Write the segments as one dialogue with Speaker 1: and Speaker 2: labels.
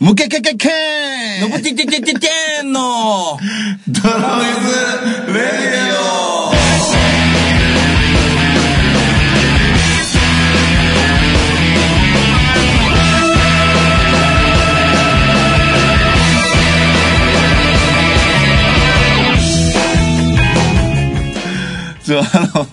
Speaker 1: むけけけけー
Speaker 2: の
Speaker 1: ん
Speaker 2: ぼてててててーんの
Speaker 1: ドラムズレディオじゃあ、あの、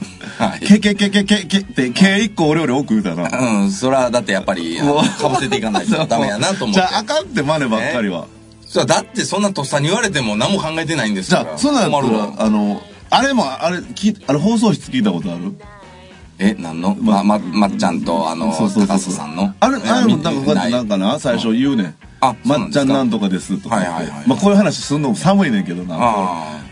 Speaker 2: はい
Speaker 1: けけけけけけって、け一個俺より多く言うたな。
Speaker 2: うん、そら、だってやっぱり、あのかぶせていかないとダメやなと思っ
Speaker 1: じ
Speaker 2: て
Speaker 1: ゃ。あ、あかんって真似ばっかりは。
Speaker 2: そうだってそんなとっさに言われても何も考えてないんです
Speaker 1: じ
Speaker 2: から。
Speaker 1: ゃあ、そんなんやった
Speaker 2: 困る
Speaker 1: ら
Speaker 2: わ、
Speaker 1: あの、あれも、あれ、きあれ放送室聞いたことある
Speaker 2: え、なんのま、ま、まっちゃんと、あの、
Speaker 1: そうそうそう
Speaker 2: 高須さんの。
Speaker 1: あれ、あれも
Speaker 2: 見
Speaker 1: なんかこうやってな
Speaker 2: なん
Speaker 1: かな、最初言うねん。
Speaker 2: あそ
Speaker 1: ま
Speaker 2: うなん
Speaker 1: っ
Speaker 2: で
Speaker 1: ちゃ
Speaker 2: すか
Speaker 1: んなんとかですとか言って。
Speaker 2: はいはいはい
Speaker 1: まあこういう話すんのも寒いねんけどな。
Speaker 2: あ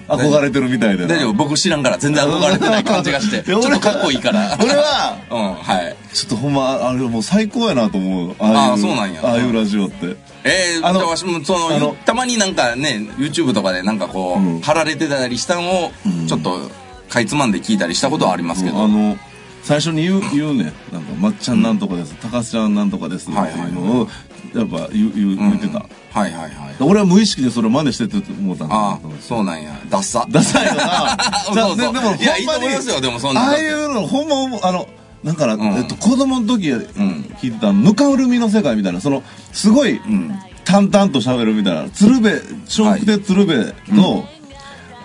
Speaker 2: あ。
Speaker 1: 憧れてるみたいでな。
Speaker 2: 大丈夫、僕知らんから全然憧れてない感じが して。
Speaker 1: い
Speaker 2: ち
Speaker 1: や
Speaker 2: ょっ
Speaker 1: 俺
Speaker 2: とかっこいいから。
Speaker 1: 俺は、
Speaker 2: うん、はい。
Speaker 1: ちょっとほんま、あれもう最高やなと思う。あ
Speaker 2: あ
Speaker 1: い
Speaker 2: ーそうなんや
Speaker 1: ああいうラジオって。
Speaker 2: えー、
Speaker 1: あの
Speaker 2: じゃあわしもそ
Speaker 1: あの
Speaker 2: のたまになんかね YouTube とかでなんかこう、
Speaker 1: うん
Speaker 2: 貼られてたりしたのをちょっとかいつまんで聞いたりしたことはありますけど、
Speaker 1: あの、最初に言う、言うねん。なんか、まっちゃんなんとかです、高須ちゃんなんとかですっていうのを、やっぱ言う、言う言ってた。
Speaker 2: はいはいはい
Speaker 1: 俺は無意識でそれを真似してって思ったん
Speaker 2: あ
Speaker 1: だ
Speaker 2: あそうなんやダッサ。
Speaker 1: ダサいよな
Speaker 2: そう
Speaker 1: じゃあ
Speaker 2: そう
Speaker 1: ででもほんまに
Speaker 2: いやいいと思いますよでもそんなん
Speaker 1: あ
Speaker 2: だっ
Speaker 1: あい
Speaker 2: て
Speaker 1: うの、ほんま思う、あの、なんかな、
Speaker 2: ん
Speaker 1: えっと、子供の時聞いてた、ぬかうるみの世界みたいな、その、すごい、
Speaker 2: ん
Speaker 1: 淡々と喋るみたいな、鶴瓶、笑福亭鶴瓶の、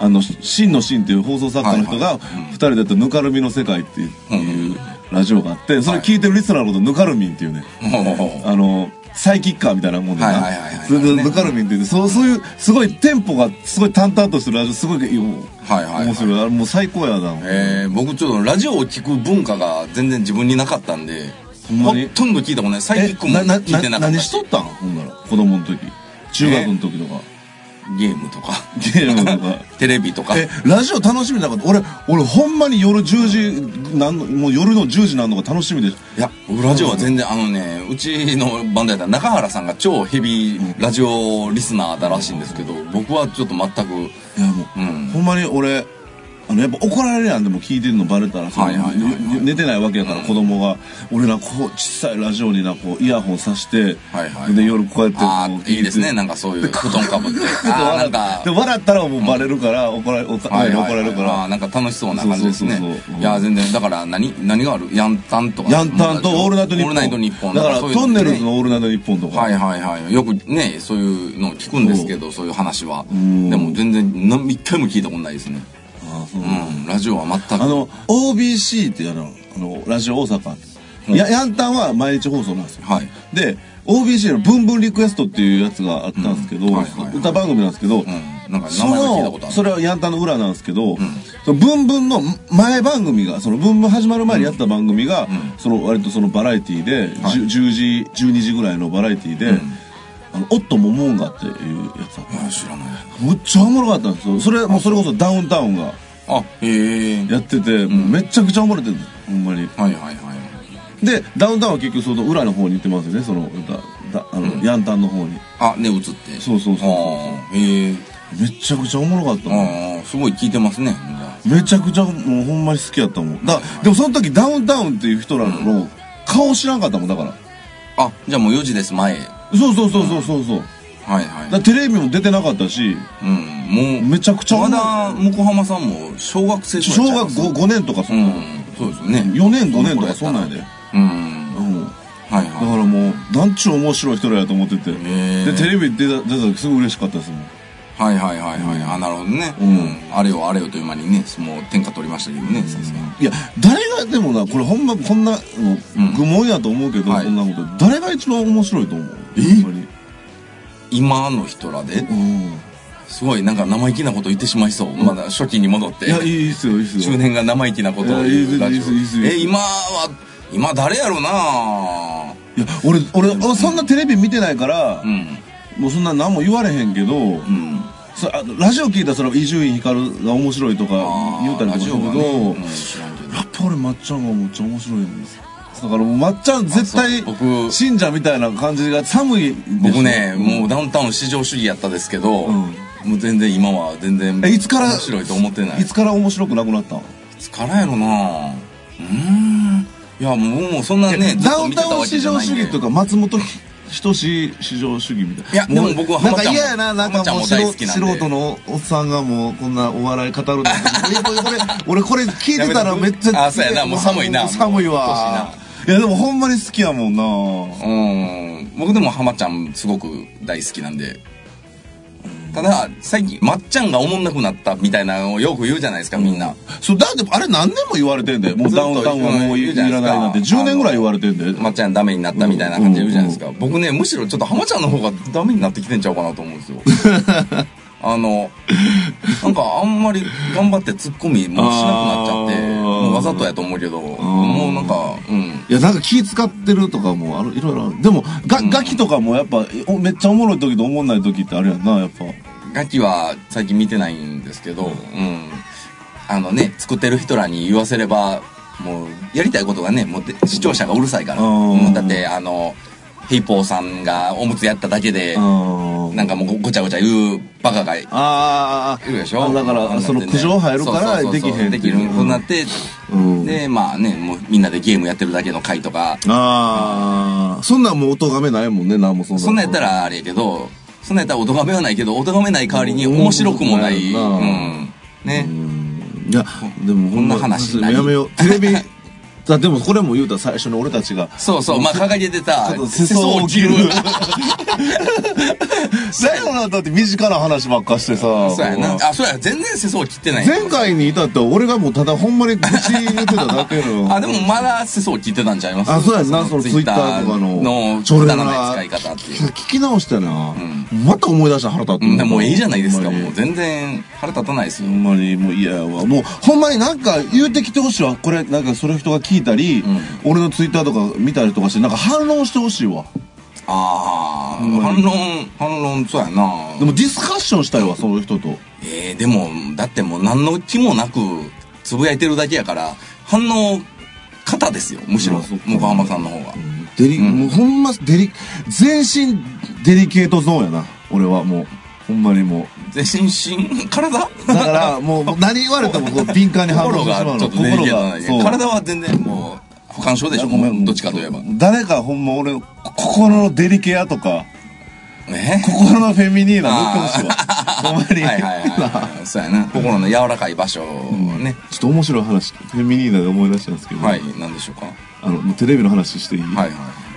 Speaker 1: あの、真の真っていう放送作家の人が、二人でやったぬかるみの世界っていう、ラジオがあって、それ聞いてるリスナーのこと、ぬかるみんっていうね。
Speaker 2: も
Speaker 1: あの、サイキッカーみたいなもんでな。
Speaker 2: はいはいはいはい
Speaker 1: それで、
Speaker 2: ね
Speaker 1: ぬかるみって言って、そう、そういう、すごいテンポが、すごい淡々としてるラジオ、すごい、
Speaker 2: はいはいはい
Speaker 1: 面白い。あれもう最高やな。
Speaker 2: うえー、僕ちょっとラジオを聞く文化が全然自分になかったんで
Speaker 1: ほんまに
Speaker 2: ほとんど聞いたことないサイキックも
Speaker 1: な、な、
Speaker 2: 聞いて
Speaker 1: な
Speaker 2: なかった
Speaker 1: 何しとったんほんなら、子供の時。中学の時とか、
Speaker 2: ゲームとか
Speaker 1: ゲームと か。
Speaker 2: テレビとか
Speaker 1: え、ラジオ楽しみなかった俺、俺ほんまに夜10時、なんの、もう夜の10時なんのが楽しみで。
Speaker 2: いや、僕ラジオは全然、あのね、うちのバンドやったら中原さんが超ヘビーラジオリスナーだらしいんですけど、僕はちょっと全く、
Speaker 1: いやもう、
Speaker 2: うん
Speaker 1: ほんまに俺あのやっぱ怒られるやんでも聞いてるのバレたらさ、
Speaker 2: はいはいはいはい
Speaker 1: ね寝てないわけやから、子供が俺らこう小さいラジオになこうイヤホンさして、
Speaker 2: はいはい
Speaker 1: で夜こうやってこう
Speaker 2: あ
Speaker 1: 聞
Speaker 2: あ、いいですね、なんかそういう布団か ぶって。ああ、な
Speaker 1: 笑
Speaker 2: ん
Speaker 1: っ
Speaker 2: か
Speaker 1: で、笑ったらもうバレるから、怒られおか
Speaker 2: はいはい
Speaker 1: 怒られるか
Speaker 2: あ
Speaker 1: ら
Speaker 2: あ、なんか楽しそうな感じです
Speaker 1: そ
Speaker 2: ね
Speaker 1: うそうそうそうう。ん
Speaker 2: いや、全然、だから何、何があるヤンタンとか。
Speaker 1: ヤンタンとオールナイトニッポン
Speaker 2: オールナイトニッポン
Speaker 1: だから
Speaker 2: そういう
Speaker 1: トンネルズ
Speaker 2: ね
Speaker 1: の「オールナイトニッポン」とか、
Speaker 2: はいはいはい。よくね、そういうのを聞くんですけど、そういう話は。で
Speaker 1: ん
Speaker 2: も全然、何一回も聞いたことないですね。
Speaker 1: ああそう
Speaker 2: うん、ラジオは全く。
Speaker 1: あの OBC っていうあのあのラジオ大阪、やヤンタンは毎日放送なんですよ
Speaker 2: はい。
Speaker 1: で OBC の「ブンブンリクエスト」っていうやつがあったんですけど、
Speaker 2: うんはいはいはい
Speaker 1: 歌番組なんですけど、
Speaker 2: うん、なんか名
Speaker 1: そ
Speaker 2: 前は聞いたこ
Speaker 1: の
Speaker 2: とある。
Speaker 1: それはヤンタンの裏なんですけど、そのブンブンの前番組がそのブンブン始まる前にやってた番組が、その割とそのバラエティーで、
Speaker 2: はい
Speaker 1: 10 10時12時ぐらいのバラエティーで、あのオットモモンガっていうやつだった
Speaker 2: あ知らない
Speaker 1: むっちゃおもろかったんですよそれもうそれこそダウンタウンが
Speaker 2: あへえ
Speaker 1: やってて、めちゃくちゃおもろいってほんまに
Speaker 2: はいはいはい
Speaker 1: でダウンタウンは結局その裏の方に行ってますよねそのだだあの、ヤンタンの方に
Speaker 2: あね映って
Speaker 1: そうそうそうそう
Speaker 2: あーへえ
Speaker 1: めちゃくちゃおもろかったもん
Speaker 2: ああすごい聞いてますねじゃ
Speaker 1: めちゃくちゃもうほんまに好きやったもんだでもその時ダウンタウンっていう人らの顔知らんかったもんだから
Speaker 2: ああじゃあもう4時です前
Speaker 1: そうそうそうそうそうそうだ
Speaker 2: はいはい
Speaker 1: からテレビも出てなかったし
Speaker 2: うんもう
Speaker 1: めちゃくちゃ
Speaker 2: まだ横浜さんも小学生
Speaker 1: 小学
Speaker 2: 校
Speaker 1: 5年とかそ
Speaker 2: うん
Speaker 1: な、
Speaker 2: んそうですよね
Speaker 1: 4年5年とかそんなんやで、
Speaker 2: うん
Speaker 1: うん、だ
Speaker 2: はい
Speaker 1: か
Speaker 2: は
Speaker 1: らもう団ちゅう面白い人らやと思ってて
Speaker 2: へえ
Speaker 1: でテレビ出た出た時すごい嬉しかったですもん
Speaker 2: いはいはいはいはいあなるほどね
Speaker 1: うん
Speaker 2: うんあれよあれよという間にねもう天下取りましたけどねさすが
Speaker 1: いや誰がでもなこれほんまこんなも
Speaker 2: うん
Speaker 1: う愚問やと思うけど、
Speaker 2: はい
Speaker 1: こんなこと誰が一番面白いと思う
Speaker 2: え
Speaker 1: ほんまに
Speaker 2: 今の人らで
Speaker 1: うん
Speaker 2: すごいなんか生意気なこと言ってしまいそうまだ初期に戻って
Speaker 1: いやいいっすよい いっすよ
Speaker 2: 中年が生意気なことを
Speaker 1: いやいい
Speaker 2: 言
Speaker 1: で
Speaker 2: う
Speaker 1: す
Speaker 2: ラジオ
Speaker 1: いいですいいです
Speaker 2: え今は今誰やろうない
Speaker 1: や俺俺俺そんなテレビ見てないから
Speaker 2: う、ん
Speaker 1: もうそんな何も言われへんけど、
Speaker 2: うん
Speaker 1: そあのラジオ聞いたらそれ伊集院光が面白いとか
Speaker 2: あー
Speaker 1: 言うたりとかす
Speaker 2: ラジ
Speaker 1: る
Speaker 2: オ
Speaker 1: け
Speaker 2: は
Speaker 1: ど、
Speaker 2: ねうん知らんけど
Speaker 1: やっぱ俺まっちゃんがめっちゃ面白いんですだからもうまっちゃん絶対
Speaker 2: あそう僕
Speaker 1: 信者みたいな感じが寒いでしょ
Speaker 2: 僕ねもうダウンタウン至上主義やったですけど、
Speaker 1: ん
Speaker 2: もう全然今は全然
Speaker 1: えいつから
Speaker 2: 面白いと思ってない
Speaker 1: いつから面白くなくなったん
Speaker 2: いつからやろなうーんいやもうもうそんなねずっ
Speaker 1: ダ
Speaker 2: と
Speaker 1: ウン
Speaker 2: 見て
Speaker 1: タ
Speaker 2: た
Speaker 1: ウン
Speaker 2: わけ
Speaker 1: 至
Speaker 2: じゃ
Speaker 1: 上
Speaker 2: ない
Speaker 1: 主
Speaker 2: んで
Speaker 1: 義とか松本ひ人し至上主義みたいない
Speaker 2: やでも僕は
Speaker 1: なんか
Speaker 2: 浜ちゃんも
Speaker 1: 嫌やななんか
Speaker 2: 浜ちゃん
Speaker 1: もう
Speaker 2: も
Speaker 1: 素
Speaker 2: 大
Speaker 1: 人
Speaker 2: 好きなんで
Speaker 1: 素人のおっさんがもうこんなお笑い語る のいやこれこれ俺これ聞いてたらめっちゃ
Speaker 2: あそうやなもう寒いな
Speaker 1: もう寒い
Speaker 2: もう年
Speaker 1: わいやでもほんまに好きやもんな
Speaker 2: うん僕でも浜ちゃんすごく大好きなんでただ最近まっちゃんがおもんなくなったみたいなのをよく言うじゃないですかみんな、
Speaker 1: そうだってあれ何年も言われてんだよもう
Speaker 2: ずっと
Speaker 1: ダウンタウンはもう
Speaker 2: 言う
Speaker 1: い
Speaker 2: じゃ
Speaker 1: ら
Speaker 2: な
Speaker 1: ないい
Speaker 2: ですか
Speaker 1: なんて10年ぐらい言われてんだよ
Speaker 2: まっちゃんダメになったみたいな感じで言うじゃないですか、僕ねむしろちょっと浜ちゃんの方がダメになってきてんちゃうかなと思うん ですよあのなんかあんまり頑張ってツッコミもうしなくなっちゃって
Speaker 1: あー
Speaker 2: もうわざとやと思うけどもうなんかうん
Speaker 1: いやなんか気使ってるとかもあるいろいろあるでもが、ガキとかもやっぱおめっちゃおもろい時とおもんない時ってあるやんなやっぱ
Speaker 2: ガキは最近見てないんですけど、うん。あのね、作ってる人らに言わせれば、もう、やりたいことがね、もうで視聴者がうるさいから。
Speaker 1: うん
Speaker 2: もうだって、あの、ヘイポーさんがおむつやっただけで、
Speaker 1: あ
Speaker 2: なんかもうごごちゃごちゃ言うバカがい
Speaker 1: あー
Speaker 2: るでしょ
Speaker 1: あだから
Speaker 2: あんなんで
Speaker 1: その苦情入るから
Speaker 2: そうそうそうそう
Speaker 1: できへんって
Speaker 2: で
Speaker 1: いう
Speaker 2: きることになって、
Speaker 1: うん
Speaker 2: で、まあね、もうみんなでゲームやってるだけの回とか、
Speaker 1: ああそんなんもうおとがめないもんねなんもそんな
Speaker 2: そんなんやったらあれやけど、そんなんやったらおとがめはないけど、おとがめない代わりに面白くもない。
Speaker 1: う
Speaker 2: うんん。ね。
Speaker 1: いやでもほんま
Speaker 2: こんな話何
Speaker 1: やめようテレビだでもこれも言うたら最初に俺たちが
Speaker 2: そうそう、まあ、掲げてた
Speaker 1: ちょっと、
Speaker 2: 世相を切る。
Speaker 1: だよなだって身近な話ばっかしてさ
Speaker 2: そうやな。あ、そうや、全然世相を切ってない。
Speaker 1: 前回に至っては俺がもうただほんまに愚痴言ってただけの
Speaker 2: あ、でもまだ世相を切ってたんちゃいます
Speaker 1: あそうやんなそのツイッターとかの
Speaker 2: の、
Speaker 1: ちょ
Speaker 2: く
Speaker 1: れ
Speaker 2: だ
Speaker 1: な
Speaker 2: らない使い方っていう。
Speaker 1: 聞き直してな、また思い出した腹立って
Speaker 2: うん、でももういいじゃないですか。
Speaker 1: ほんま
Speaker 2: もう
Speaker 1: に
Speaker 2: 全然腹立たないですよ
Speaker 1: ほ。んまにもう嫌やわもうほんまになんか言うてきてほしいわこれなんかそれ人が聞いたり、俺のツイッターとか見たりとかしてなんか反論してほしいわ
Speaker 2: ああ、
Speaker 1: ま
Speaker 2: 反
Speaker 1: に
Speaker 2: 論、反論、そうやな。
Speaker 1: でもディスカッションしたいわそういう人と
Speaker 2: えー、でも、だってもう何の気もなく、つぶやいてるだけやから、反応、方ですよ、むしろ
Speaker 1: まあそっ、か
Speaker 2: 向浜さんの方が。
Speaker 1: デリ、もうほんまデリ全身デリケートゾーンやな俺はもうほんまにもう
Speaker 2: 全 身、体
Speaker 1: だからもう もう何言われてもこう敏感に反応
Speaker 2: 心
Speaker 1: してしま
Speaker 2: が
Speaker 1: う
Speaker 2: ちょ
Speaker 1: の
Speaker 2: っとね、
Speaker 1: 心
Speaker 2: いや
Speaker 1: そう
Speaker 2: 体は全然もう、不干渉でしょ、
Speaker 1: ごめん
Speaker 2: どっちかといえば。
Speaker 1: 誰かほんま俺のこ心のデリケアとか
Speaker 2: ね
Speaker 1: 心のフェミニーナ塗って ほしいわほんまに、
Speaker 2: はいはいはい。そうやな。心の柔らかい場所をね。
Speaker 1: ちょっと面白い話フェミニーナで思い出したんですけど、
Speaker 2: はい、なんでしょうか。
Speaker 1: あのもうテレビの話していい、
Speaker 2: はいはい。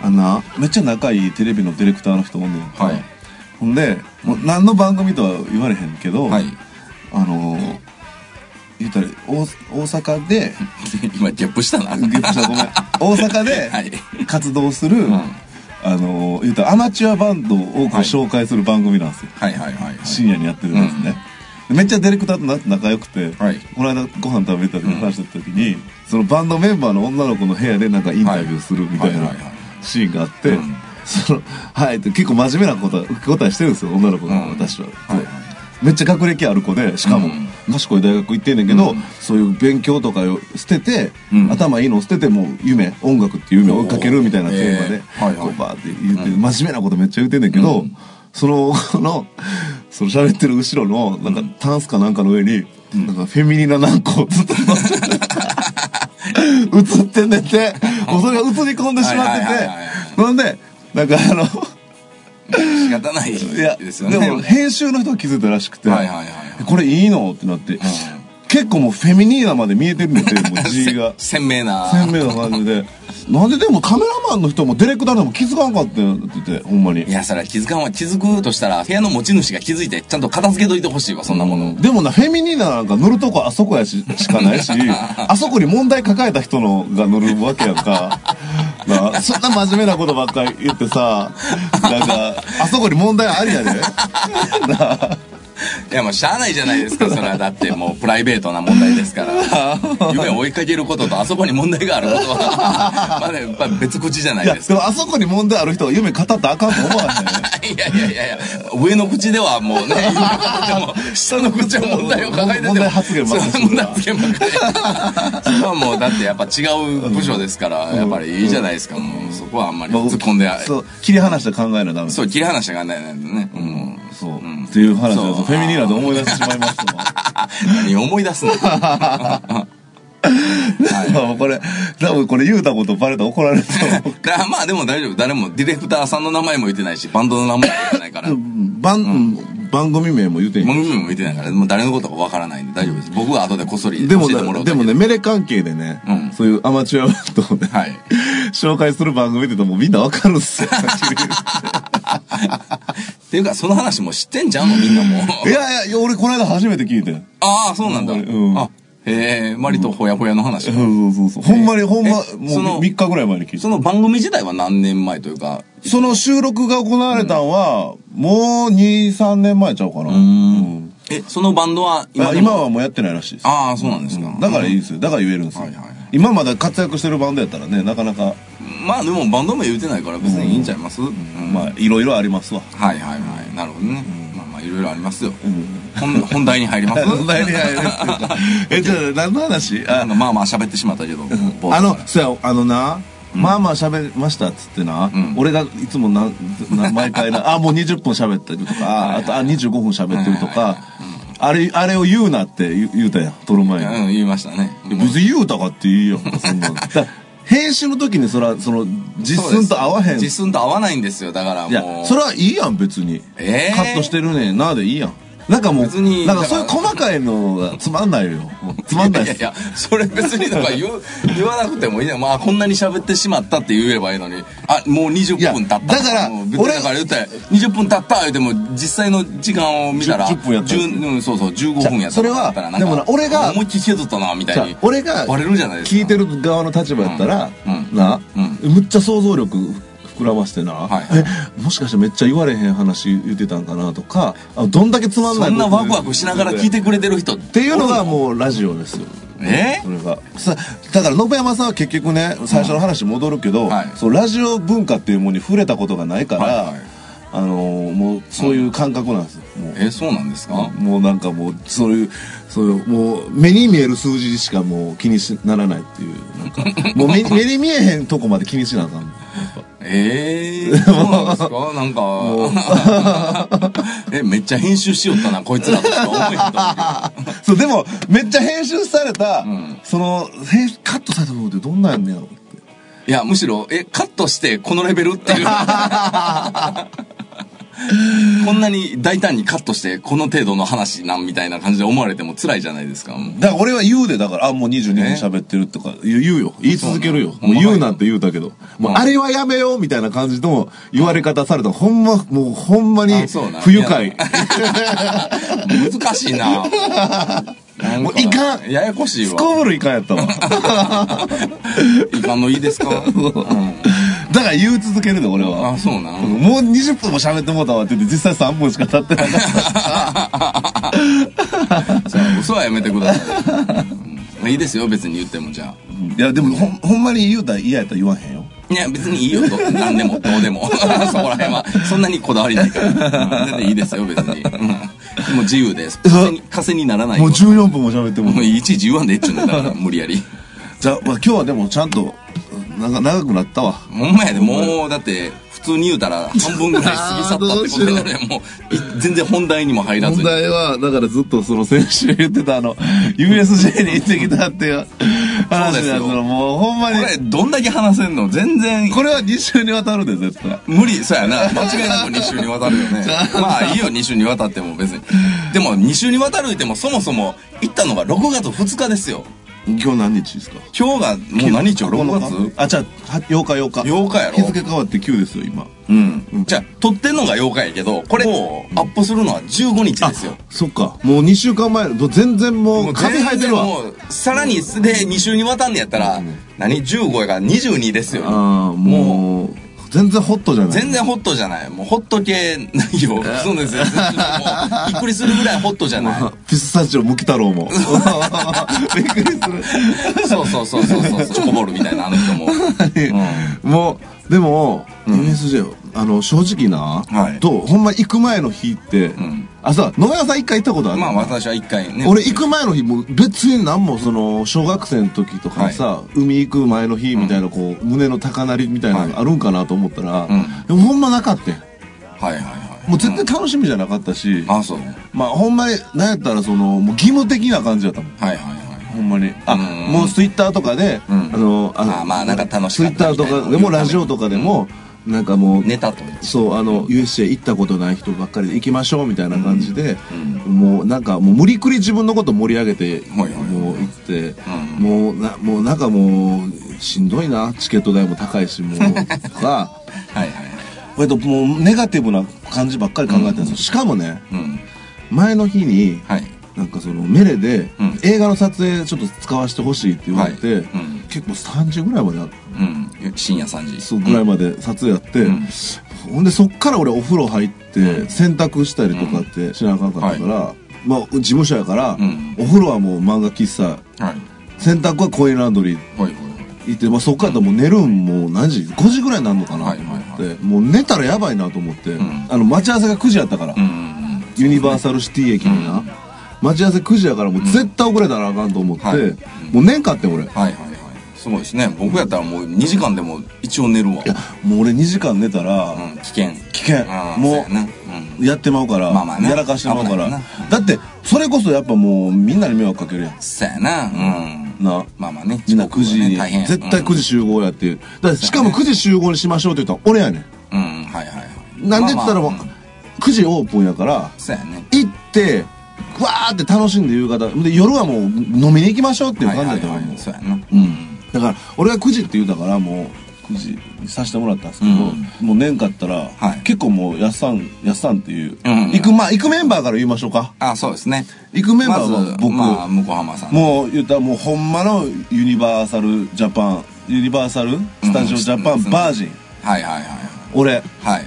Speaker 1: あんなめっちゃ仲いいテレビのディレクターの人おんねん
Speaker 2: はい
Speaker 1: ほんでもう何の番組とは言われへんけど、
Speaker 2: はい。
Speaker 1: あのー言ったら大大阪で
Speaker 2: 今、ゲップしたな。
Speaker 1: ゲップしたごめん大阪で
Speaker 2: はい
Speaker 1: 活動する、
Speaker 2: ん
Speaker 1: あのー言ったらアマチュアバンドをご紹介する番組なんですよ、
Speaker 2: はいはいはいはい。
Speaker 1: 深夜にやってるんですね、でめっちゃディレクターとな仲良くて、
Speaker 2: はい
Speaker 1: この間ご飯食べた時に話した時に、そのバンドメンバーの女の子の部屋でなんかインタビューするみたい
Speaker 2: は
Speaker 1: な
Speaker 2: いはいはいはい
Speaker 1: シーンがあって、
Speaker 2: うん
Speaker 1: その「はい」って結構真面目なこと受け答えしてるんですよ女の子が
Speaker 2: うん
Speaker 1: 私は。で
Speaker 2: はいはい
Speaker 1: めっちゃ学歴ある子でしかも
Speaker 2: うん
Speaker 1: 賢い大学行ってんねんけど、そういう勉強とかを捨てて、
Speaker 2: うん
Speaker 1: 頭いいのを捨ててもう夢音楽っていう夢を追いかけるみたいなテーマで、
Speaker 2: おーえーはいはい
Speaker 1: こうバーって言って、真面目なことめっちゃ言ってんねんけど、その、この、その喋ってる後ろの、なんか、タンスかなんかの上に、なんか、フェミニナ何個ずっと、 映ってんねんて、もうそれが映り込んでしまっ
Speaker 2: はいはいはいはい
Speaker 1: てて、なんで、なんかあの、
Speaker 2: 仕方ない
Speaker 1: いや、
Speaker 2: ですよね。
Speaker 1: でも、編集の人が気づいたらしくて、
Speaker 2: はいはいはい
Speaker 1: これいいのってなって、結構もうフェミニーナまで見えてるんですよ、もう G が。
Speaker 2: 鮮明な。
Speaker 1: 鮮明な感じで。なんででもカメラマンの人もディレクターでも気づかんかったよって言って、ほんまに
Speaker 2: い。や、それは気づかんわ。気づくとしたら、部屋の持ち主が気づいて、ちゃんと片付けといてほしいわ、そんなもの。
Speaker 1: でもな、フェミニーナなんか乗るとこあそこやし、しかないし、 あそこに問題抱えた人のが乗るわけやんか。なそんな真面目なことばっかり言ってさ、なんか、あそこに問題ありやで。
Speaker 2: いや、もうしゃあないじゃないで すか、それは。だってもうプライベートな問題ですから。 夢を追いかけることと、あそこに問題があることは、 まあね、やっぱ別口じゃない
Speaker 1: いや、
Speaker 2: です
Speaker 1: で
Speaker 2: か。
Speaker 1: もあそこに問題ある人が夢語ったらあかんと思わへん。
Speaker 2: いやいやいやいや、上の口ではもうね、夢の口でも、下の口は問題を抱えてても。
Speaker 1: 問題発言ばっかり
Speaker 2: そう問題発言ばっかり。そこはもう、だってやっぱ違う部署ですから、やっぱりいいじゃないですか、もう。そこはあんまり突っ込んで、
Speaker 1: そう、切り離して考えなダメ。
Speaker 2: そう、切り離したがらないのでね。うん
Speaker 1: そう。っていう話だ
Speaker 2: そ
Speaker 1: と、
Speaker 2: う
Speaker 1: フェミニーナで思い出してしまいますわ。
Speaker 2: 何思い出すの
Speaker 1: まあこれ、多分これ言うたことバレたら怒られると思う。
Speaker 2: だまあでも大丈夫。誰もディレクターさんの名前も言ってないし、バンドの名前も言ってないから。
Speaker 1: 番、番組名も言うてへん
Speaker 2: 番組名も言ってないから、もう誰のことかわからないんで大丈夫です。僕は後でこっそり
Speaker 1: で
Speaker 2: 教
Speaker 1: も
Speaker 2: えてもらお
Speaker 1: ね、
Speaker 2: うと
Speaker 1: でもね、メレ関係でね、
Speaker 2: うん
Speaker 1: そういうアマチュアバンドをね、
Speaker 2: はい。
Speaker 1: 紹介する番組って言うともうみんなわかるん すよ。
Speaker 2: っていうか、その話もう知ってんじゃんもうみんなもう。
Speaker 1: いやいや、俺この間初めて聞いてん。
Speaker 2: ああ、そうなんだ。
Speaker 1: うん
Speaker 2: あ、へえ、割とほやほやの
Speaker 1: そ
Speaker 2: 話。
Speaker 1: うそうそうそう。ほんまにほんま、
Speaker 2: えそ
Speaker 1: も
Speaker 2: の
Speaker 1: う3日ぐらい前に聞い
Speaker 2: そ
Speaker 1: て。
Speaker 2: の番組自体は何年前というか、
Speaker 1: その収録が行われたんは、もう2、3年前ちゃうかな。うん
Speaker 2: え、そのバンドは
Speaker 1: あ
Speaker 2: でも
Speaker 1: 今はもうやってないらしいです。
Speaker 2: ああ、そうなんですか。
Speaker 1: だからいいですよ。だから言えるんですよ
Speaker 2: はいはいはい。
Speaker 1: 今まだ活躍してるバンドやったらね、なかなか、
Speaker 2: まあでもバンド名言うてないから別にいいんちゃいます、うん
Speaker 1: まあ、いろいろありますわ。
Speaker 2: はいはいはい。なるほどね。まあまあいろいろありますよ。本本題に入 ります
Speaker 1: そんなにあれですけどえ、じゃあ何の話
Speaker 2: あ
Speaker 1: あ
Speaker 2: のまあまあ喋ってしまったけど。
Speaker 1: あの
Speaker 2: 冒頭、
Speaker 1: そうや、あのな、まあまあ喋りましたっつってな、
Speaker 2: ん
Speaker 1: 俺がいつもな、な毎回 な、あ、もう20分喋ってるとか、あと、あ、25分喋ってるとか、あれ、あれを言うなって言う言うたやん、撮る前に。
Speaker 2: うん、言いましたね。
Speaker 1: いや別に言うたかっていいやんか、そんなの。だから編集の時にそら、その、実寸と合わへん。
Speaker 2: 実
Speaker 1: い
Speaker 2: 寸と合わないんですよ。だからも
Speaker 1: や、
Speaker 2: う。
Speaker 1: それはいいやん、別に。
Speaker 2: えー
Speaker 1: カットしてるねんな、でいいやん。なんかも
Speaker 2: 別に
Speaker 1: う、なんかそういう細かいのがつまんないよ。つまんない
Speaker 2: いや
Speaker 1: っ
Speaker 2: い
Speaker 1: す。
Speaker 2: や、それ別にと か言う、言わなくてもいいね。まあ、こんなに喋ってしまったって言えばいいのに、あ、もう20
Speaker 1: いや
Speaker 2: 分経った。
Speaker 1: だから
Speaker 2: もう別に
Speaker 1: 俺
Speaker 2: だから言ったら、20分経った言うても、実際の時間を見たら、
Speaker 1: 10分やったんです
Speaker 2: 10うん、そうそう、15分やった
Speaker 1: それは
Speaker 2: だったらなんか
Speaker 1: でもな俺が
Speaker 2: 思いっきり削ったな、みた
Speaker 1: じゃ
Speaker 2: い
Speaker 1: あ
Speaker 2: に。
Speaker 1: 俺が
Speaker 2: バレるじゃないですか。
Speaker 1: 聞いてる側の立場やったら、
Speaker 2: うんう
Speaker 1: な、
Speaker 2: う
Speaker 1: むっちゃ想像力膨らましてな、
Speaker 2: はいはい
Speaker 1: えもしかしてめっちゃ言われへん話言ってたんかなとかあどんだけつまんな
Speaker 2: そ
Speaker 1: い
Speaker 2: んな
Speaker 1: こと
Speaker 2: ワクワクしながら聞いてくれてる人っ
Speaker 1: っていうのがもうラジオですよ
Speaker 2: え
Speaker 1: それがさだから信山さんは結局ね最初の話戻るけど、
Speaker 2: はい
Speaker 1: そうラジオ文化っていうものに触れたことがないから、
Speaker 2: はいはい
Speaker 1: あのーもうそういう感覚なんですよ、もう
Speaker 2: え、そうなんですか
Speaker 1: もうなんかもうそういうそういうもう目に見える数字しかもう気にしならないっていうなんか もう目に目に見えへんとこまで気にしなあかんのやっ
Speaker 2: え えそうなんですかなんか、 え、めっちゃ編集しよったな、こいつらとしか思えへんと思うけど
Speaker 1: ぱそうでもめっちゃ編集された、
Speaker 2: ん
Speaker 1: その編集カットされた部分ってどんなんやんねやろって
Speaker 2: いや、むしろ、え、カットしてこのレベルって いう。こんなに大胆にカットしてこの程度の話なんみたいな感じで思われても辛いじゃないですか。もう
Speaker 1: だから俺は言うでだからあもう22分
Speaker 2: ね
Speaker 1: 喋ってるとか言う言うよ言い続けるよ
Speaker 2: そう
Speaker 1: も
Speaker 2: なの
Speaker 1: う言うなんて言うたけど、もうあれはやめようみたいな感じの言われ方されたらほんまもうほんまに
Speaker 2: あそうなん
Speaker 1: 不愉快
Speaker 2: い難しいな。なん
Speaker 1: もういかん
Speaker 2: ややこしい
Speaker 1: す
Speaker 2: わ。
Speaker 1: こぶるいかんやったわ
Speaker 2: いかんのいいですか、うん
Speaker 1: だから言う続けるで俺は
Speaker 2: あ、そうな
Speaker 1: うん
Speaker 2: ん。
Speaker 1: もう20分も喋ってもうたわって言って実際3分しか経って なかった
Speaker 2: じゃあ嘘はやめてください。うんいいですよ、別に言ってもじゃあ。
Speaker 1: いやでもほんほんまに言うたら嫌やったら言わへんよ
Speaker 2: いや、別にいいよ、ど何でも、どうでも。そ こら辺は。そんなにこだわりないから。うんだっていいですよ、別に。うんもう自由です。稼に稼にならない
Speaker 1: も
Speaker 2: よ。
Speaker 1: う
Speaker 2: も
Speaker 1: 14分も喋っても
Speaker 2: ういちいち言わんでええっちゅうねんだから、無理や り。
Speaker 1: じゃあ、まあ、今日はでもちゃんとなんか長くなったわ
Speaker 2: ほんまやで、もう、だって、普通に言うたら、半分ぐらい過ぎ去ったってことやね。もう、い全然本題にも入らず
Speaker 1: 問
Speaker 2: に。
Speaker 1: 題はだからずっとその先週言ってたあの USJ に行ってきたっていう話なんですけど
Speaker 2: そうですよ
Speaker 1: もうほんまに
Speaker 2: これ、どんだけ話せんの全然、
Speaker 1: これは2週にわたるで絶対
Speaker 2: 無理、そうやな。間違いなく2週にわたるよ ね。まあいいよ、2週にわたっても別に。でも、2週にわたるっても、そもそも、行ったのが6月2日ですよ。
Speaker 1: 今日何日ですか
Speaker 2: 今日がもう何日よ6月
Speaker 1: あじゃあ8日8日
Speaker 2: 8日やろ
Speaker 1: 日付変わって9ですよ今
Speaker 2: うんじゃあ撮ってんのが8日やけどこれをアップするのは15日ですよ
Speaker 1: そっかもう2週間前ど全然もう
Speaker 2: 全
Speaker 1: カビ
Speaker 2: 然
Speaker 1: 生えてるわ
Speaker 2: もうさらにで2週にわたんねやったら何15やから22ですよ
Speaker 1: ああ
Speaker 2: もう
Speaker 1: もう全然ホットじゃない
Speaker 2: 全然ホットじゃないもうホット系ないよそうですよもうびっくりするぐらいホットじ ゃない
Speaker 1: ピスタチオムキ太郎も びっくりする
Speaker 2: そうそうそうそうそうチョコボールみたいなあの人も
Speaker 1: もうでも、USJ あの正直な、
Speaker 2: はい
Speaker 1: とほんま行く前の日って、
Speaker 2: ん
Speaker 1: あさ野川さん一回行ったことある
Speaker 2: まあ私は一回ね
Speaker 1: 俺行く前の日も別に何もその小学生の時とかさ、海行く前の日みたいなこう胸の高鳴りみたいなのがあるんかなと思ったら、
Speaker 2: ん
Speaker 1: でもほんまなかったん
Speaker 2: はいはいはい
Speaker 1: もう絶対楽しみじゃなかったし、
Speaker 2: あそう
Speaker 1: まあほんまになんやったらそのもう義務的な感じだったもん
Speaker 2: はいはいはい
Speaker 1: ほんまにあ、
Speaker 2: うん
Speaker 1: もうツイッターとかで、
Speaker 2: うん
Speaker 1: あの
Speaker 2: あまあなんか楽し
Speaker 1: ツイ
Speaker 2: か
Speaker 1: ッタ
Speaker 2: った
Speaker 1: ー
Speaker 2: みた
Speaker 1: と
Speaker 2: いな
Speaker 1: かでもラジオとかでも、なんかもう
Speaker 2: ネタと
Speaker 1: そうあの USJ 行ったことない人ばっかりで行きましょうみたいな感じで、
Speaker 2: う
Speaker 1: もうなんかもう無理くり自分のこと盛り上げて、
Speaker 2: はいはい
Speaker 1: もう行って、
Speaker 2: うん
Speaker 1: もうなもうなんかもうしんどいなチケット代も高いしもうとか
Speaker 2: はいはいはい
Speaker 1: 割ともうネガティブな感じばっかり考えてるんですよ、しかもね
Speaker 2: うん
Speaker 1: 前の日に、
Speaker 2: はい
Speaker 1: なんかそのメレで、
Speaker 2: うん
Speaker 1: 映画の撮影ちょっと使わせてほしいって言われて、
Speaker 2: はいうん
Speaker 1: 結構3時ぐらいまであ
Speaker 2: うん深夜3時
Speaker 1: そうぐらいまで撮影やって、
Speaker 2: ん
Speaker 1: ほんでそっから俺お風呂入って、洗濯したりとかってしなあかんかったから、まあ事務所やから、
Speaker 2: うん
Speaker 1: お風呂はもう漫画喫茶
Speaker 2: はい
Speaker 1: 洗濯はコインランドリー
Speaker 2: はいはい
Speaker 1: 行って、まあ、そっからやったらもう寝るんもう何時5時ぐらいになるのかなと思って、
Speaker 2: はいはい
Speaker 1: もう寝たらやばいなと思って、
Speaker 2: ん
Speaker 1: あの待ち合わせが9時やったから、
Speaker 2: うんうんうん
Speaker 1: ユニバーサルシティ駅にな、待ち合わせ9時やからもう絶対遅れたらあかんと思って、
Speaker 2: はい
Speaker 1: もう寝んかってん俺い
Speaker 2: はいはいはいすごいですね僕やったらもう2時間でも一応寝るわ
Speaker 1: やもう俺2時間寝たら
Speaker 2: うん危険
Speaker 1: 危険
Speaker 2: あーそ
Speaker 1: も
Speaker 2: やなうん
Speaker 1: うやってまうから、
Speaker 2: まあまあね
Speaker 1: やらかしてまうから
Speaker 2: 危ない
Speaker 1: だってそれこそやっぱもうみんなに迷惑かけるやん
Speaker 2: そうやなうん
Speaker 1: な
Speaker 2: まあまあね
Speaker 1: みんな
Speaker 2: 遅
Speaker 1: 9
Speaker 2: 刻は
Speaker 1: 時
Speaker 2: ね
Speaker 1: に、
Speaker 2: 大変
Speaker 1: 絶対9時集合やっていうだからしかも9時集合にしましょうって言ったら俺やね
Speaker 2: うんうんはいはいはい
Speaker 1: んなんでって言ったらもう
Speaker 2: まあまあ
Speaker 1: 9時オープンやから
Speaker 2: うんそうやね
Speaker 1: 行ってわーって楽しんで夕方で夜はもう飲みに行きましょうっていう感じだった
Speaker 2: は
Speaker 1: も
Speaker 2: いはいは
Speaker 1: ん
Speaker 2: いそうやな
Speaker 1: うん、だから俺が9時って言うたからもう9時にさせてもらったんですけど、
Speaker 2: う
Speaker 1: もう年かったら、
Speaker 2: はい
Speaker 1: 結構もうやっさんやっさんっていう、
Speaker 2: うん
Speaker 1: 行くまあ行くメンバーから言いましょうか
Speaker 2: あそうですね
Speaker 1: 行くメンバ
Speaker 2: ま
Speaker 1: ー
Speaker 2: ず
Speaker 1: は僕、
Speaker 2: まあ向浜さん
Speaker 1: もう言ったらもうほんまのユニバーサルジャパンユニバーサルスタジオジャパン、
Speaker 2: うん
Speaker 1: バージン
Speaker 2: はいはいはい
Speaker 1: 俺
Speaker 2: はいはい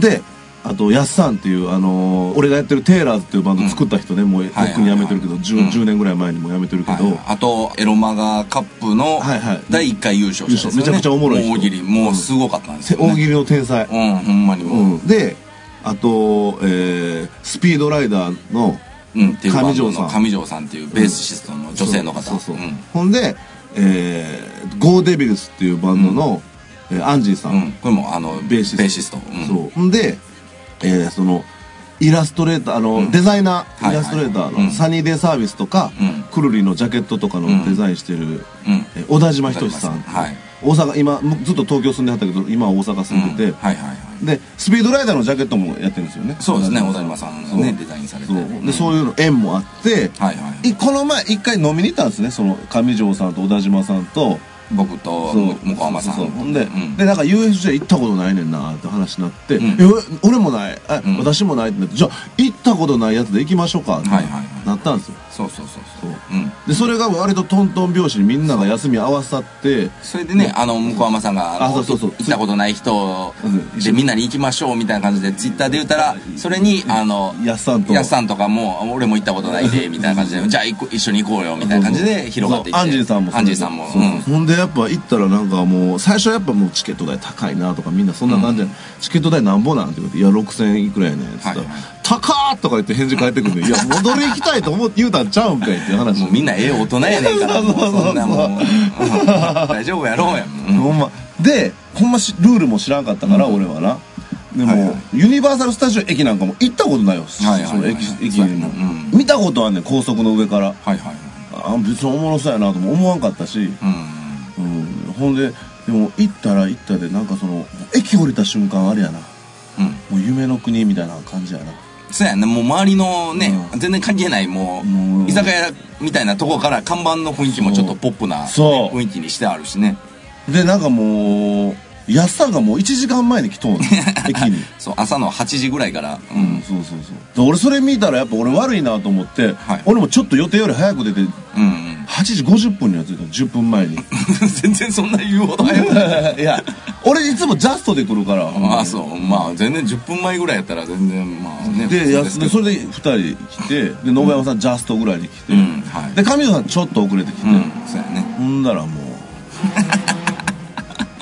Speaker 1: であとやっさんっていう、あのー俺がやってるテイラーズっていうバンド作った人ね、もうとっ
Speaker 2: はいはい
Speaker 1: くに辞めてるけど、
Speaker 2: はい
Speaker 1: 10, 10年ぐらい前にも辞めてるけど、
Speaker 2: はいあとエロマガカップの
Speaker 1: はいはい
Speaker 2: 第1回優勝した人です
Speaker 1: 優勝め
Speaker 2: よね
Speaker 1: ちゃくちゃおもろい人
Speaker 2: う大喜利もうすごかったんです
Speaker 1: せ
Speaker 2: よね
Speaker 1: 大喜利の天才、
Speaker 2: うんほんまにもう
Speaker 1: うん、であと、えースピードライダーの
Speaker 2: うんっていうバンド
Speaker 1: 上条さ
Speaker 2: の
Speaker 1: ん
Speaker 2: 上条さんっていうベースシストの女性の方
Speaker 1: そうそうそう
Speaker 2: うん
Speaker 1: ほんで、えー、ゴーデビルスっていうバンドの、えーアンジーさん、
Speaker 2: うんこれもあの
Speaker 1: ベーシスト
Speaker 2: うん
Speaker 1: そうほんで、えーそのイラストレーターあの、
Speaker 2: うん
Speaker 1: デザイナー
Speaker 2: はいはい
Speaker 1: イラストレーターの、
Speaker 2: うん
Speaker 1: サニーデイサービスとか、
Speaker 2: うん
Speaker 1: くるりのジャケットとか
Speaker 2: うん
Speaker 1: のデザインしてる、
Speaker 2: うん
Speaker 1: えー小田島仁さん、
Speaker 2: はい
Speaker 1: 大阪今もずっと東京住んではったけど今は大阪住んでて、
Speaker 2: うんはいはいはい
Speaker 1: でスピードライダーのジャケットもやってるんですよね
Speaker 2: そうですね小田島さんがね
Speaker 1: そう
Speaker 2: デザインされて
Speaker 1: そう
Speaker 2: うん
Speaker 1: でそういうの縁もあって、
Speaker 2: はいはい
Speaker 1: いこの前一回飲みに行ったんですねその上条さんと小田島さんと
Speaker 2: 僕と
Speaker 1: そう
Speaker 2: 向浜さん
Speaker 1: そうそうほんで、
Speaker 2: うん
Speaker 1: でなんか USJ 行ったことないねんなって話になって「
Speaker 2: ん
Speaker 1: え俺俺もないあ、
Speaker 2: うん
Speaker 1: 私もない」ってなって「じゃあ行ったことないやつで行きましょうか」って
Speaker 2: はいはいはい
Speaker 1: なったんですよ
Speaker 2: そうそうそうそう
Speaker 1: そう
Speaker 2: うん
Speaker 1: でそれが割とトントン拍子にみんなが休み合わさって
Speaker 2: それでね、あの、向浜さんが、あの
Speaker 1: あそうそうそう
Speaker 2: 行ったことない人
Speaker 1: うん
Speaker 2: でみんなに行きましょうみたいな感じで、ツイッターで言ったら、それに、あの、
Speaker 1: やっさんと
Speaker 2: やっさんとかも、俺も行ったことないで、みたいな感じで、じゃあ行こ一緒に行こうよ、みたいな感じで広がっていって。
Speaker 1: そうアンジーさんも
Speaker 2: アンジーさんも。
Speaker 1: そう
Speaker 2: う
Speaker 1: そうんほんでやっぱ行ったらなんかもう最初はやっぱもうチケット代高いなとかみんなそんな感じで、チケット代なんぼなんって言われて「いや6000いくらやねん」っつったら「
Speaker 2: はいはい
Speaker 1: 高ー!」とか言って返事返ってくるんで「いや戻り行きたいと思って言うたんちゃうんかい」っていう話
Speaker 2: もうみんなええ大人やねんから、も う
Speaker 1: そうそうそう
Speaker 2: そんなもう、うん大丈夫やろうや。うん
Speaker 1: ほんまでほんましルールも知らんかったから、俺はなでも、
Speaker 2: はいはい
Speaker 1: ユニバーサル・スタジオ駅なんかも行ったことないよ、
Speaker 2: はいはいはいはい
Speaker 1: その駅駅にも、
Speaker 2: そうやな
Speaker 1: 見たことあんねん高速の上から
Speaker 2: はいはい。
Speaker 1: あ別におもろそうやなとも思わんかったし、
Speaker 2: うん。
Speaker 1: うん、ほんででも行ったら行ったでなんかその駅降りた瞬間あれやな
Speaker 2: うん。
Speaker 1: もう夢の国みたいな感じやな
Speaker 2: そうやね、もう周りのね、
Speaker 1: う
Speaker 2: 全然関係ない、も
Speaker 1: もう
Speaker 2: う、居酒屋みたいなとこから看板の雰囲気もちょっとポップな、ね
Speaker 1: そう
Speaker 2: 雰囲気にしてあるしね。
Speaker 1: でなんかもう安さんがもう1時間前に来とん の駅に
Speaker 2: そう、朝の8時ぐらいから、う
Speaker 1: うん
Speaker 2: ん、
Speaker 1: そうそうそうで俺それ見たらやっぱ俺悪いなと思って、
Speaker 2: はい
Speaker 1: 俺もちょっと予定より早く出て
Speaker 2: うん、うん。
Speaker 1: 8時50分には着いたの10分前に
Speaker 2: 全然そんな言うほど早く ない。
Speaker 1: いや俺いつもジャストで来るから
Speaker 2: まあそう、まあ全然10分前ぐらいやったら全然、まあね。普
Speaker 1: で
Speaker 2: 通
Speaker 1: や
Speaker 2: す
Speaker 1: す
Speaker 2: け
Speaker 1: で
Speaker 2: ど
Speaker 1: それで2人来てで信山さんジャストぐらいに来て、
Speaker 2: うん、はい。
Speaker 1: で上條さんちょっと遅れてきて、
Speaker 2: うん、そうやね。
Speaker 1: ほんだら もう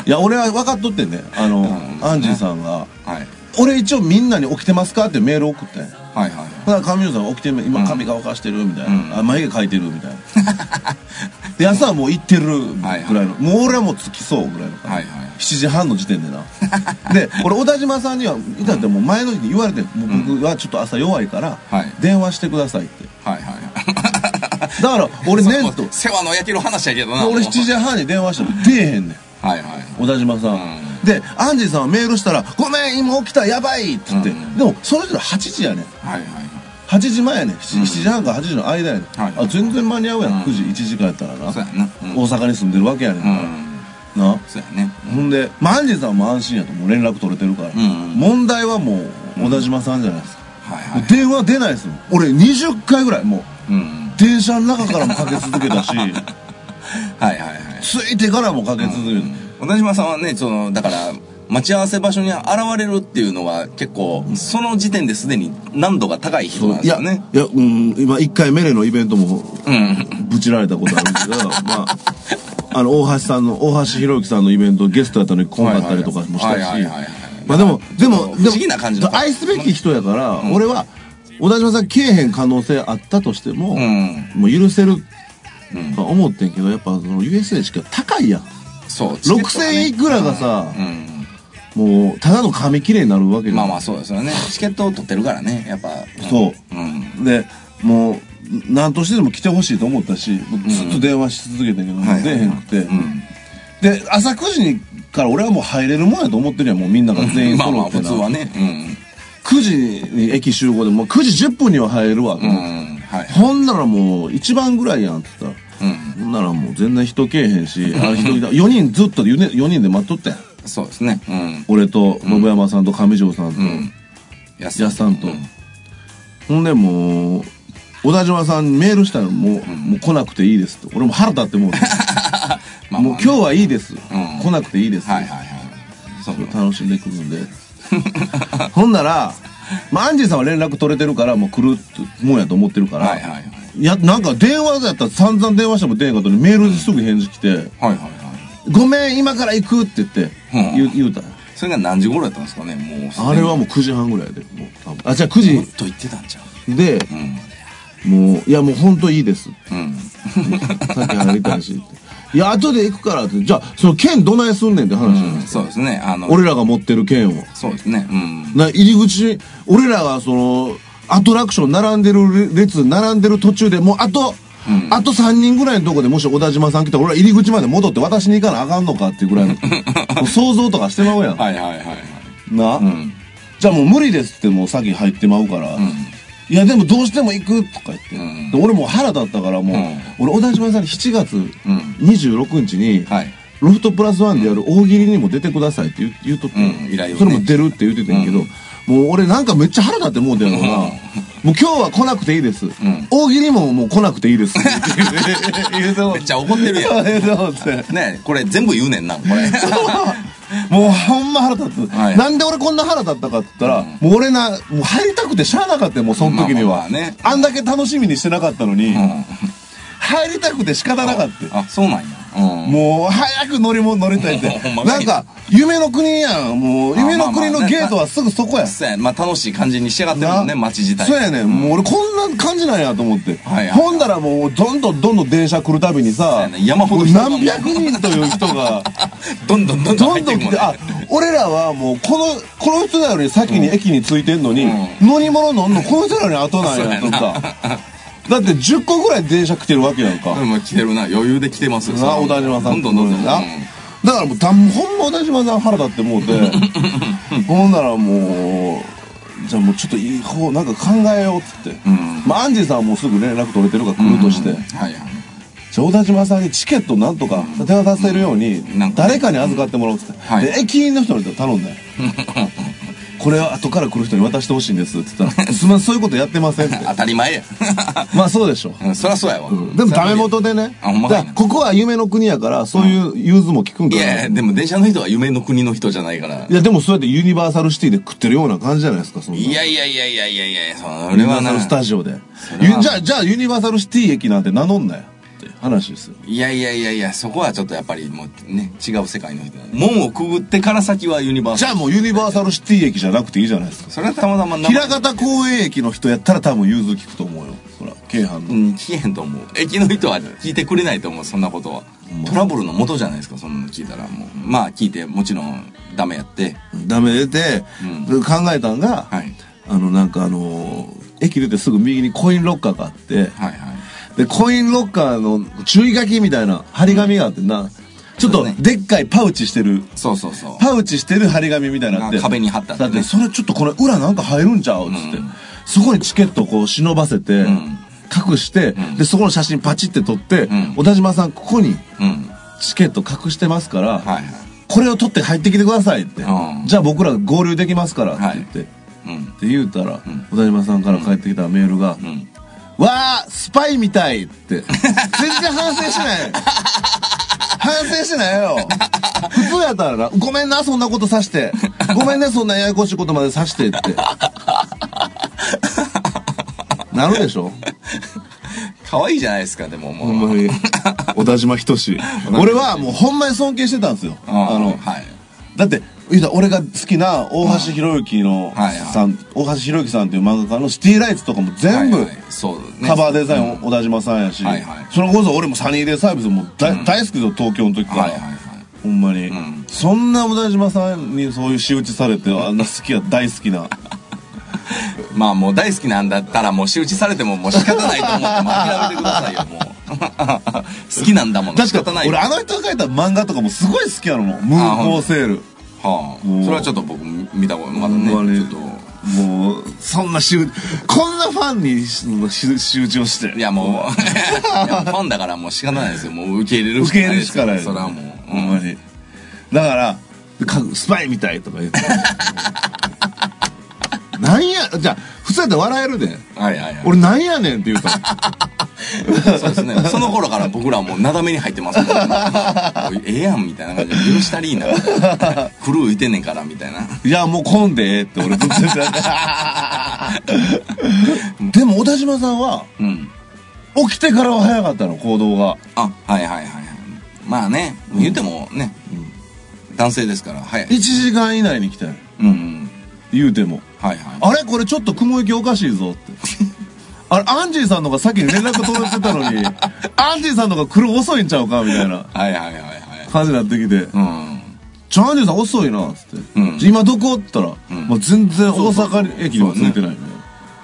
Speaker 1: いや俺は分かっとってねあの、
Speaker 2: ん
Speaker 1: アンジーさんが
Speaker 2: はい。
Speaker 1: 「俺一応みんなに起きてますか?」ってメール送ってん
Speaker 2: はいはい。
Speaker 1: ほな上條さんが起きてる今髪乾かしてるみたいな、
Speaker 2: うん
Speaker 1: あ眉毛描いてるみたいなで朝はもう行ってるぐらいの、
Speaker 2: はいはい
Speaker 1: もう俺はもう着きそうぐらいの感じ、
Speaker 2: はいはい
Speaker 1: 7時半の時点でなで俺小田島さんにはだってもう前の日に言われてもう僕はちょっと朝弱いから
Speaker 2: はい
Speaker 1: 電話してくださいって
Speaker 2: はいはい。
Speaker 1: だから俺ねんと
Speaker 2: と世話の焼ける話やけどな
Speaker 1: 俺7時半に電話したら出えへんねん
Speaker 2: はいはい
Speaker 1: 小田島さん、
Speaker 2: う
Speaker 1: でアンジーさんはメールしたら「ごめん今起きたやばい」って言って、
Speaker 2: うん
Speaker 1: でもその人ら8時やねん
Speaker 2: はいはい
Speaker 1: 8時前やねん 7,、7時半から8時の間やねん、
Speaker 2: はい
Speaker 1: あ全然間に合うやん、
Speaker 2: うん
Speaker 1: 9時1時間やったらな、
Speaker 2: そうやなうん
Speaker 1: 大阪に住んでるわけやねん
Speaker 2: う
Speaker 1: か
Speaker 2: ん
Speaker 1: ら、な
Speaker 2: そうやね
Speaker 1: ほんで、まあ、アンジーさんも安心やともう連絡取れてるから、
Speaker 2: ん
Speaker 1: 問題はもう小田島さんじゃないですか、
Speaker 2: はいはい
Speaker 1: もう電話出ないですもん俺20回ぐらいもう
Speaker 2: うん
Speaker 1: 電車の中からもかけ続けた し
Speaker 2: はいはいはい
Speaker 1: ついてからもかけ続けた、
Speaker 2: 小田島さんはねそのだから待ち合わせ場所に現れるっていうのは結構その時点ですでに難度が高い人なん
Speaker 1: い
Speaker 2: です
Speaker 1: や
Speaker 2: よね
Speaker 1: いや、うん、今1回メレのイベントも
Speaker 2: うん
Speaker 1: ぶちられたことあるけどまああの大橋さんの大橋ひろゆきさんのイベントゲストやったのに来なかったりとかもした
Speaker 2: はいはい
Speaker 1: し
Speaker 2: はいはいはい
Speaker 1: まあでもでも
Speaker 2: 不思議な感じの
Speaker 1: 愛すべき人やから、俺は小田島さんけえへん可能性あったとしても、
Speaker 2: うん
Speaker 1: もう許せるとは思ってんけどやっぱその USA しか高いやん
Speaker 2: そう
Speaker 1: 6000いくらがさ
Speaker 2: うん
Speaker 1: もうただの紙切れになるわけじゃん
Speaker 2: まあまあそうですよねチケットを取ってるからねやっぱ
Speaker 1: そう
Speaker 2: うん
Speaker 1: でもう何としてでも来てほしいと思ったしもうずっと電話し続けてんけど、
Speaker 2: はいはいはい
Speaker 1: 出えへんくて、
Speaker 2: うん
Speaker 1: で朝9時にから俺はもう入れるもんやと思ってるやんもうみんなが全員
Speaker 2: まあ
Speaker 1: 揃
Speaker 2: まあ
Speaker 1: って
Speaker 2: 普
Speaker 1: な、
Speaker 2: 通はね
Speaker 1: 9時に駅集合でもう9時10分には入れるわと
Speaker 2: うんう
Speaker 1: 思って、
Speaker 2: んはい
Speaker 1: ほんならもう一番ぐらいやんって言ったら
Speaker 2: うん
Speaker 1: ほんならもう全然人けえへんしあの人4人ずっと4人で待っとったやん
Speaker 2: そうですねうん
Speaker 1: 俺と信山さんと上条さんと、
Speaker 2: うん安
Speaker 1: 安さんと、
Speaker 2: うん
Speaker 1: ほんでもう小田島さんにメールしたらもう,、もう来なくていいですと俺も腹立って もうて
Speaker 2: まあ
Speaker 1: もう
Speaker 2: まあ
Speaker 1: 今日はいいです、来なくていいです、
Speaker 2: はいはいはいそう
Speaker 1: 楽しんでくるんで ほんなら、まあ、アンジーさんは連絡取れてるからもう来るもんやと思ってるから、
Speaker 2: はいはいはい
Speaker 1: いやなんか電話だったら散々電話しても出へんかったのにメールですぐ返事来て
Speaker 2: はいはいはい
Speaker 1: 「ごめん今から行く」って言って
Speaker 2: うん
Speaker 1: 言う言うたんや
Speaker 2: それが何時頃やったんですかねもうすでに
Speaker 1: あれはもう9時半ぐらいでもう多分あじゃあ9
Speaker 2: もっ
Speaker 1: 時
Speaker 2: と言ってたんちゃう
Speaker 1: で
Speaker 2: うん
Speaker 1: もう「いやもう本当いいです」
Speaker 2: うん
Speaker 1: さっき入りたいしって。いや、後で行くからって。じゃあ、その剣どないすんねんって話じゃない、
Speaker 2: そうですねあの
Speaker 1: 俺らが持ってる剣を。
Speaker 2: そうですねうん
Speaker 1: な、入り口、俺らがその、アトラクション並んでる列、並んでる途中でもう、あと、あと3人ぐらいのとこでもし小田島さん来たら俺ら入り口まで戻って渡しに行かなあかんのかっていうぐら いのもう想像とかしてまうやん。
Speaker 2: はいはいはいはい
Speaker 1: な、
Speaker 2: うん
Speaker 1: じゃあもう無理ですってもう先入ってまうから、いやでもどうしても行くとか言って、
Speaker 2: うん
Speaker 1: で俺もう腹立ったからもう、
Speaker 2: う
Speaker 1: 俺小田島さんに7月
Speaker 2: ん
Speaker 1: 26日に、
Speaker 2: はい
Speaker 1: ロフトプラスワンでやる大喜利にも出てくださいって言う言うとって、
Speaker 2: うん依頼をね
Speaker 1: それも出るって言ってたんやけど、もう俺なんかめっちゃ腹立ってもうてやろうな。もう今日は来なくていいです。大喜利ももう来なくていい です。言うても
Speaker 2: めっちゃ怒って るやん
Speaker 1: 言うても って。
Speaker 2: ねこれ全部言うねんなこ れ
Speaker 1: もうほんま腹立つ、
Speaker 2: はい
Speaker 1: なんで俺こんな腹立ったかって言ったら、もう俺な、もう入りたくてしゃあなかったよ、もうその時には。
Speaker 2: まあまあまあね
Speaker 1: あんだけ楽しみにしてなかったのに、
Speaker 2: ん
Speaker 1: 入りたくて仕方なかったよ。
Speaker 2: あそうなんやうん
Speaker 1: もう早く乗り物乗りたいっ
Speaker 2: ほ
Speaker 1: て。
Speaker 2: んまか
Speaker 1: ないんか、夢の国やん。もう、
Speaker 2: まあ
Speaker 1: 夢の国の
Speaker 2: まあまあ
Speaker 1: ゲートはすぐそこや。
Speaker 2: そうやまあ楽しい感じに仕上がってるもんね
Speaker 1: な
Speaker 2: 街自体
Speaker 1: そうやねん。もう俺こんな感じなんやと思って。
Speaker 2: はいはい
Speaker 1: ほんだらもう、どんどんどんどん電車来るたびに
Speaker 2: そう
Speaker 1: さ
Speaker 2: や、ね山ほど人が
Speaker 1: 何百人という人が、
Speaker 2: ど んどんどんどん
Speaker 1: ど
Speaker 2: 入
Speaker 1: ん
Speaker 2: って
Speaker 1: ど
Speaker 2: く
Speaker 1: ん来
Speaker 2: もんね
Speaker 1: て、あ、俺らはもう、この、この人らより先に駅に着いてんのに、
Speaker 2: うん
Speaker 1: 乗り物乗んのこの人らより後なんやとか。だって10個ぐらい電車来てるわけやんか。
Speaker 2: でも来てるな余裕で来てますよ
Speaker 1: な小田島さん
Speaker 2: どんどんどんどん
Speaker 1: な、
Speaker 2: うん
Speaker 1: だからもうたんほんま小田島さん腹立って もうてほんならもうじゃあもうちょっといい方なんか考えようっつって、
Speaker 2: ん
Speaker 1: まあ、アンジーさんはもうすぐ連絡取れてるから来るとして、
Speaker 2: はいはい
Speaker 1: じゃあ小田島さんにチケットなんとか手渡せるように
Speaker 2: んなんか
Speaker 1: 誰かに預かってもらおうっつって、
Speaker 2: はい
Speaker 1: で駅員の人に頼ん だよこれは後から来る人に渡してほしいんですって言ったら「すみませんそういうことやってません」っ て
Speaker 2: 当たり前や
Speaker 1: まあそうでしょ
Speaker 2: うんそりゃそうやわ
Speaker 1: でもダメ元でね
Speaker 2: あほんまかいな
Speaker 1: だからここは夢の国やからそういう融通も聞くん
Speaker 2: い
Speaker 1: かな、
Speaker 2: やいやでも電車の人は夢の国の人じゃないから
Speaker 1: いや、でもそうやってユニバーサルシティで食ってるような感じじゃないですか、そんな。
Speaker 2: いやいやいやいやいやいやそ
Speaker 1: ユニ
Speaker 2: れ
Speaker 1: バ
Speaker 2: は
Speaker 1: ー
Speaker 2: な
Speaker 1: サルスタジオで。
Speaker 2: れ
Speaker 1: ゆ
Speaker 2: は
Speaker 1: じゃあ、じゃあユニバーサルシティ駅なんて名乗んなよって話ですよ。
Speaker 2: いやいやいやいやそこはちょっとやっぱりもうね違う世界の人やね門をくぐってから先はユニバー
Speaker 1: じ
Speaker 2: サ
Speaker 1: ゃ
Speaker 2: ル
Speaker 1: あもうユニバーサルシティ駅じゃなくていいじゃないですか。
Speaker 2: それはたまたま名前
Speaker 1: 平方公園駅の人やったら多分融通聞くと思うよ。そら、京阪の。
Speaker 2: うん聞けへんと思う駅の人は聞いてくれないと思うそんなことはトラブルの元じゃないですかそんなの聞いたらもうまあ聞いてもちろんダメやって
Speaker 1: ダメ出て、
Speaker 2: う
Speaker 1: 考えたんが、
Speaker 2: はい
Speaker 1: あの、なんかあのー駅出てすぐ右にコインロッカーがあって、
Speaker 2: はいはい
Speaker 1: で、コインロッカーの注意書きみたいな張り紙があってな、ちょっ
Speaker 2: そ
Speaker 1: と
Speaker 2: うだね
Speaker 1: でっかいパウチしてる、
Speaker 2: そうそうそう。
Speaker 1: パウチしてる張り紙みたいなのあって。
Speaker 2: が壁に貼ってあって
Speaker 1: だ
Speaker 2: ね
Speaker 1: って、それちょっとこれ裏なんか入るんちゃうっつって。そこにチケットこう忍ばせて、
Speaker 2: ん
Speaker 1: 隠して、で、そこの写真パチって撮って
Speaker 2: ん、
Speaker 1: 小田島さんここに
Speaker 2: うん。
Speaker 1: チケット隠してますから、
Speaker 2: はいはい。
Speaker 1: これを取って入ってきてくださいって。
Speaker 2: うん
Speaker 1: じゃあ僕ら合流できますからって言って。
Speaker 2: うん。
Speaker 1: って言うたら、小田島さんから帰ってきたメールが、
Speaker 2: ん
Speaker 1: わー、スパイみたいって。全然反省しない。反省しないよ。普通やったらな、ごめんな、そんなことさして。ごめんね、そんなややこしいことまでさしてって。なるでしょ
Speaker 2: 可愛いじゃないですか、でももう。
Speaker 1: ほんまに。小田島仁志。俺はもうほんまに尊敬してたんですよ。
Speaker 2: うん
Speaker 1: あの、
Speaker 2: はい。
Speaker 1: だって言うたら俺が好きな大橋ひろゆきの
Speaker 2: はいはい
Speaker 1: さん、大橋ひろゆきさんっていう漫画家のシティライツとかも全部
Speaker 2: はいはいそうね
Speaker 1: カバーデザイン小田島さんやし、
Speaker 2: はいはい
Speaker 1: それこそ俺もサニーデイサービスも大,、大好きですよ東京の時から、
Speaker 2: はいはいはい。
Speaker 1: ほんまに、
Speaker 2: ん
Speaker 1: そんな小田島さんにそういう仕打ちされてあんな好きや大好きな
Speaker 2: まあもう大好きなんだったらもう仕打ちされてももう仕方ないと思ってもう諦めてくださ いよもう 好きなんだもん仕
Speaker 1: 確
Speaker 2: 方
Speaker 1: か
Speaker 2: ないよ
Speaker 1: 俺あの人が描いた漫画とかもすごい好きやのもん「ムーンホーセール」
Speaker 2: はあ、
Speaker 1: ん
Speaker 2: それはちょっと僕見たことまだ
Speaker 1: ほんま
Speaker 2: ね
Speaker 1: に
Speaker 2: ちょっと
Speaker 1: もうそんな仕打ちこんなファンにその仕仕打ちをして
Speaker 2: いやもう いやファンだからもう仕方ないですよもう受け入れる
Speaker 1: 受け入れるしかない
Speaker 2: それはもう、
Speaker 1: ほんまにだからかスパイみたいとか言ってなんやじゃあ普通やったら笑えるで
Speaker 2: はいはいはい
Speaker 1: 俺なんやねんって言うから
Speaker 2: そうですねその頃から僕らはもうなだめに入ってますもんもうええやんみたいな感じで許したり いなクルーいてんねんからみたいない
Speaker 1: やもう混んでええって俺ずっと言ってたでも小田島さんは
Speaker 2: うん
Speaker 1: 起きてからは早かったの行動が
Speaker 2: あはいはいはいはいまあね言ってもね、男性ですから早い
Speaker 1: 1時間以内に来たの
Speaker 2: うんうん
Speaker 1: 言うても
Speaker 2: はいは
Speaker 1: あれこれちょっと雲行きおかしいぞってあれアンジーさんのが先に連絡取れてたのにアンジーさんのが来る遅いんちゃうかみたいない
Speaker 2: はいはいはいはい
Speaker 1: 感じになってきて
Speaker 2: うん
Speaker 1: チャンジュさん遅いな、つって。
Speaker 2: うん
Speaker 1: 今どこって言ったら、
Speaker 2: ん
Speaker 1: もう全然大阪駅にも着いてないね。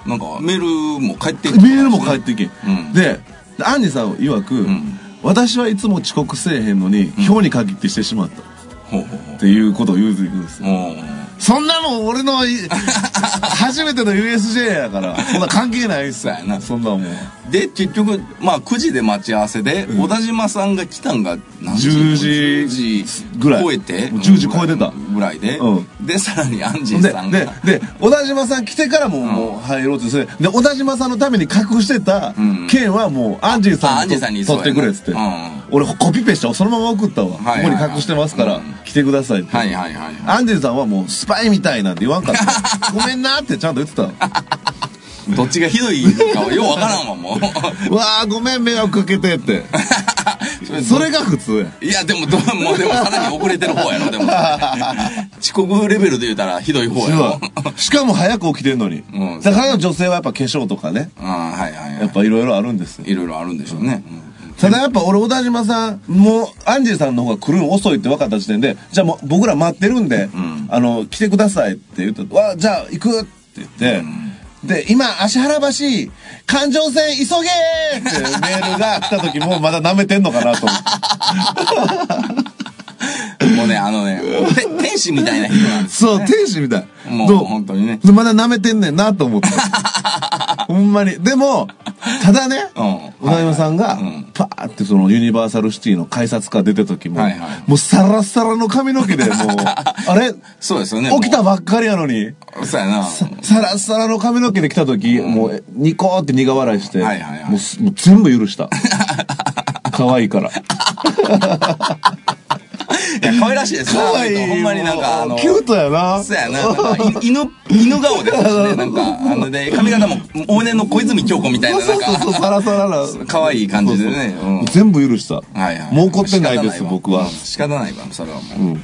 Speaker 2: なんかメールも返って
Speaker 1: メールも返ってけん。
Speaker 2: うん
Speaker 1: で、アンジさん曰く、
Speaker 2: ん
Speaker 1: 私はいつも遅刻せえへんのに、表に限ってしてしまった。っ
Speaker 2: ほうほうほう
Speaker 1: ていうことを言うていくんですよ。
Speaker 2: もう
Speaker 1: そんなもん俺のい、 初めての USJ やから、そんな関係ないっすよ
Speaker 2: そうやな
Speaker 1: そんなもん。
Speaker 2: で結局まあ9時で待ち合わせで、小田島さんが来たんが何
Speaker 1: 10時
Speaker 2: 10
Speaker 1: ぐらい
Speaker 2: 超えて
Speaker 1: もう10時超えてた
Speaker 2: ぐらいで、
Speaker 1: う
Speaker 2: でさらにアンジー
Speaker 1: で
Speaker 2: さん、が
Speaker 1: で、で、小田島さん来てからもう、もう入ろうって、それで、小田島さんのために隠してた
Speaker 2: ん
Speaker 1: 件はもう、アンジー
Speaker 2: あ
Speaker 1: さ
Speaker 2: ア
Speaker 1: ん
Speaker 2: ン
Speaker 1: に
Speaker 2: ジーさんに
Speaker 1: 取ってくれっつって
Speaker 2: そうやなうんうん。
Speaker 1: 俺、コピペしたそのまま送ったわ。こ
Speaker 2: はい
Speaker 1: こに隠してますから
Speaker 2: うん、
Speaker 1: 来てくださいって。
Speaker 2: はいはいはいは
Speaker 1: アンジーさんはもう、スパイみたいなんて言わんか った。ごめんなってちゃんと言ってたわ。
Speaker 2: いどっちがひどいかはようわからんわもう
Speaker 1: うわー、ごめん、迷惑かけて って。それが普通や。
Speaker 2: いやでもどもうでもさらに遅れてる方やろで も遅刻レベルで言うたらひどい方やろ
Speaker 1: しかも早く起きてんのに
Speaker 2: う。ん
Speaker 1: だから女性はやっぱ化粧とかね、
Speaker 2: うんはいはい
Speaker 1: や
Speaker 2: は
Speaker 1: っぱいろいろあるんですよ
Speaker 2: いいろいろあるんでしょうね、
Speaker 1: ただやっぱ俺小田島さんもうアンジーさんの方が来るの遅いって分かった時点でじゃあもう僕ら待ってるんで、あの来てくださいって言ったらわじゃあ行くって言って、で今芦原橋環状線急げーってメールが来た時もうまだ舐めてんのかなと思って
Speaker 2: もうねあのねもうて天使みたいな人なんです
Speaker 1: そう天使みたい
Speaker 2: もう
Speaker 1: ど
Speaker 2: 本当にね
Speaker 1: でまだ舐めてんねんなと思ってほんまにでもただね、
Speaker 2: う
Speaker 1: 小田山さんが
Speaker 2: うん、
Speaker 1: パーってそのユニバーサルシティの改札から出た時も、
Speaker 2: はいはい
Speaker 1: もうサラッサラの髪の毛で、もう、あれ
Speaker 2: そうですよね
Speaker 1: 起きたばっかりやのに、
Speaker 2: そうやな
Speaker 1: サラッサラの髪の毛で来た時、もう、ニコーって苦笑いして、
Speaker 2: はいはいはい
Speaker 1: もうすもう全部許した。可愛いから。
Speaker 2: いや可愛らしいですな
Speaker 1: 可愛い。
Speaker 2: ほんまになんかあ
Speaker 1: も
Speaker 2: の
Speaker 1: うキュートやな。
Speaker 2: そうやななんかい犬犬顔です しねなんかあので髪型も往年の小泉京子みたい
Speaker 1: そう
Speaker 2: なな
Speaker 1: そ
Speaker 2: ん
Speaker 1: うそうそう、
Speaker 2: か
Speaker 1: サラサラな。
Speaker 2: 可愛い感じでね
Speaker 1: そうそう
Speaker 2: うん
Speaker 1: 全部許した。
Speaker 2: はいはい
Speaker 1: もう怒ってないで
Speaker 2: 仕
Speaker 1: す、
Speaker 2: 方わ
Speaker 1: 僕は
Speaker 2: うん。仕方ないわそれはもううん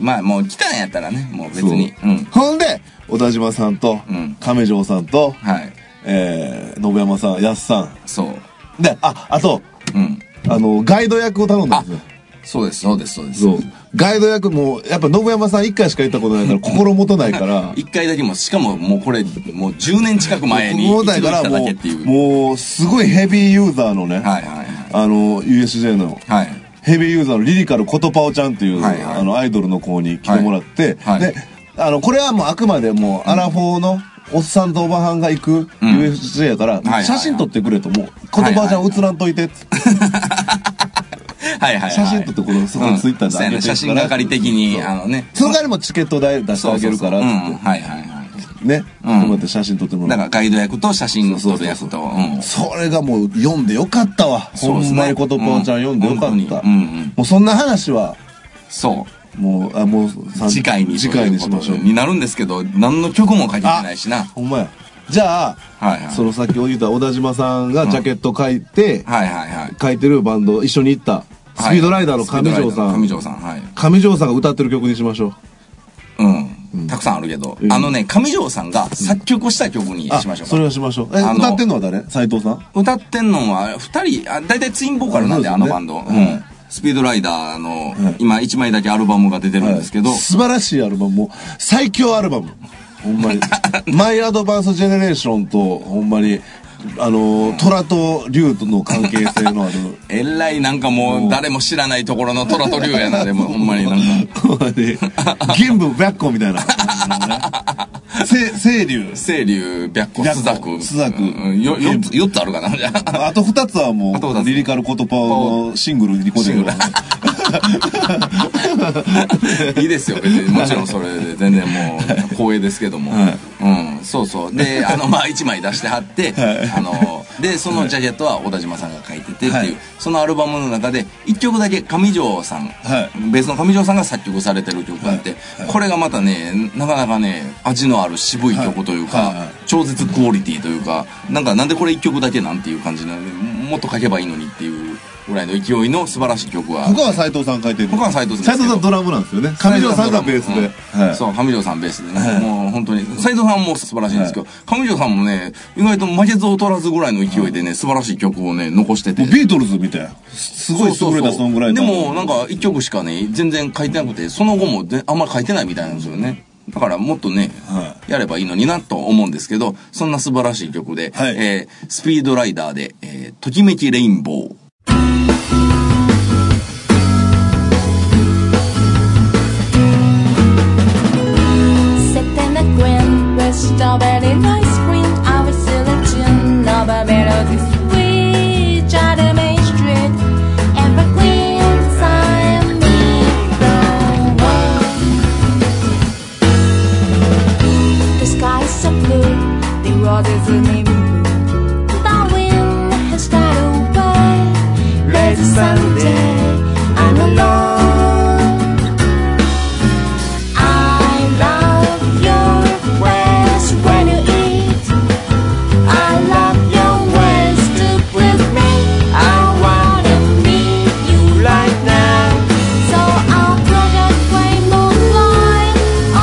Speaker 2: まあもう来たんやったらねもう別に
Speaker 1: そう
Speaker 2: うん
Speaker 1: ほんで、小田島さんと
Speaker 2: うん、
Speaker 1: 亀城さんと、
Speaker 2: はい
Speaker 1: えー、信山さん、安さ。
Speaker 2: そうん
Speaker 1: で、あ、あと、
Speaker 2: うん
Speaker 1: あの、ガイド役を頼んだんですよ。
Speaker 2: そうです、そうです、そうです。
Speaker 1: そう。ガイド役も、やっぱ信山さん一回しか行ったことないから、心もとない から、
Speaker 2: 一回だけも、しかももうこれ、もう10年近く前に
Speaker 1: 心も
Speaker 2: 一
Speaker 1: とないから、
Speaker 2: 度来ただけってい
Speaker 1: もう、
Speaker 2: う。
Speaker 1: もう、すごいヘビーユーザーのね、
Speaker 2: はいはいはい。
Speaker 1: あの、USJ の、
Speaker 2: はい。
Speaker 1: ヘビーユーザーのリリカルことぱおちゃんっていう、
Speaker 2: はいはい
Speaker 1: あの、アイドルの子に来てもらって、
Speaker 2: はいはい
Speaker 1: で、あの、これはもうあくまでもう、アラフォーの、おっさんとおばはんが行く
Speaker 2: うん
Speaker 1: USJ やから、
Speaker 2: はいはい
Speaker 1: 写真撮ってくれと、もう、ことぱおちゃん映らんといてっつって、
Speaker 2: はいはいはい。
Speaker 1: 写真撮ってこの、そこ
Speaker 2: うん
Speaker 1: のツイッターで
Speaker 2: そう
Speaker 1: 上
Speaker 2: や
Speaker 1: げ
Speaker 2: ね
Speaker 1: てい
Speaker 2: 写
Speaker 1: くか
Speaker 2: 真
Speaker 1: ら
Speaker 2: 係的に、あのね。
Speaker 1: その代わりもチケット代出してあげるから
Speaker 2: う
Speaker 1: っ
Speaker 2: ん。
Speaker 1: つって、
Speaker 2: はいはいはい。
Speaker 1: ね、
Speaker 2: うん
Speaker 1: こうやって写真撮ってもら
Speaker 2: だか
Speaker 1: う
Speaker 2: らガイド役と写真撮る役と。うん
Speaker 1: それがもう読んでよかったわ
Speaker 2: そうです
Speaker 1: ほ
Speaker 2: ね
Speaker 1: んまにことぽんちゃん読んでよか
Speaker 2: うん本
Speaker 1: っ
Speaker 2: 当
Speaker 1: た、
Speaker 2: にうんうん
Speaker 1: もうそんな話は
Speaker 2: そ
Speaker 1: もうあもうさ
Speaker 2: う。
Speaker 1: ん
Speaker 2: 次回に。
Speaker 1: 次回にしましょう
Speaker 2: になるんですけど、何の曲も書いてないしな。
Speaker 1: ほんまやじゃあ、
Speaker 2: はいはい
Speaker 1: そのさっき言った小田島さんがジャケット書いて、
Speaker 2: はいはいはい。
Speaker 1: 書いてるバンド一緒に行ったスピードライダーの上条さん、
Speaker 2: 上条さん、はい。
Speaker 1: 上条さんが歌ってる曲にしましょう
Speaker 2: うん。たくさんあるけど
Speaker 1: う。ん
Speaker 2: あのね、上条さんが作曲をした曲に
Speaker 1: あ
Speaker 2: しましょう
Speaker 1: それはしましょうえ
Speaker 2: あの
Speaker 1: 歌ってんのは誰斎藤さん
Speaker 2: 歌ってんのは二人あ大体ツインボーカルなんで
Speaker 1: あ
Speaker 2: あ
Speaker 1: そう
Speaker 2: の
Speaker 1: ですよ
Speaker 2: バン
Speaker 1: ね
Speaker 2: ド、うん
Speaker 1: はい
Speaker 2: スピードライダーの、
Speaker 1: はい
Speaker 2: 今一枚だけアルバムが出てるんですけど、
Speaker 1: はい素晴らしいアルバムもう最強アルバムほんま にマイ・アドバンス・ジェネレーションとほんまにあのー虎と竜との関係性のある
Speaker 2: えらいなんかもう誰も知らないところのトラと竜やなでもほんまになん か
Speaker 1: ほんまに玄武白虎みたいな清流
Speaker 2: 清流白
Speaker 1: 白
Speaker 2: 虎
Speaker 1: 虎
Speaker 2: 朱
Speaker 1: 朱
Speaker 2: 雀
Speaker 1: 雀
Speaker 2: うんよ四つ四つあるかなじゃあ
Speaker 1: あと二つはも
Speaker 2: あと二
Speaker 1: う
Speaker 2: つ
Speaker 1: リリカルコトパオのシングルにこてるわ
Speaker 2: いいですよ別にもちろんそれで全然もう光栄ですけども、
Speaker 1: はい
Speaker 2: うんそうそうであのまあ1枚出して はって、あのでそのジャケットは小田島さんが書いててっていう、
Speaker 1: はい
Speaker 2: そのアルバムの中で1曲だけ上条さん、
Speaker 1: は
Speaker 2: ベースの上条さんが作曲されてる曲があって、これがまたねなかなかね味のある渋い曲というか、
Speaker 1: はいはいはい
Speaker 2: 超絶クオリティというかなんかなんでこれ1曲だけなんていう感じなのでもっと書けばいいのにっていうぐらいの勢いの素晴らしい曲は
Speaker 1: 他は斎藤さん書いてる
Speaker 2: 他は斉藤さんですけ
Speaker 1: 斎藤
Speaker 2: ど
Speaker 1: さんドラムなんですよね上条さんがベースで、
Speaker 2: うん
Speaker 1: はい
Speaker 2: そう上条さんベースでね、もう本当に斉藤さんも素晴らしいんですけど、上条さんもね意外と負けず劣らずぐらいの勢いでね素晴らしい曲をね残してて
Speaker 1: もうビートルズみたいなすごい優れたソングライター
Speaker 2: そうそうそうでもなんか一曲しかね全然書いてなくてその後もであんまり書いてないみたいなんですよねだからもっとね、
Speaker 1: は
Speaker 2: やればいいのになと思うんですけどそんな素晴らしい曲で、
Speaker 1: はい
Speaker 2: えースピードライダーで、えーときめきレインボー」
Speaker 3: Sit in the green with strawberry ice cream. I was selecting love melodies. We tried to make street and the green sign me the The sky is so blue, the world is a navy blue. The wind has died away. Lazy Sunday, I'm alone. I love your ways when you eat. I love your ways to please me. I wanna meet you right now. So I'll plug a flame moonlight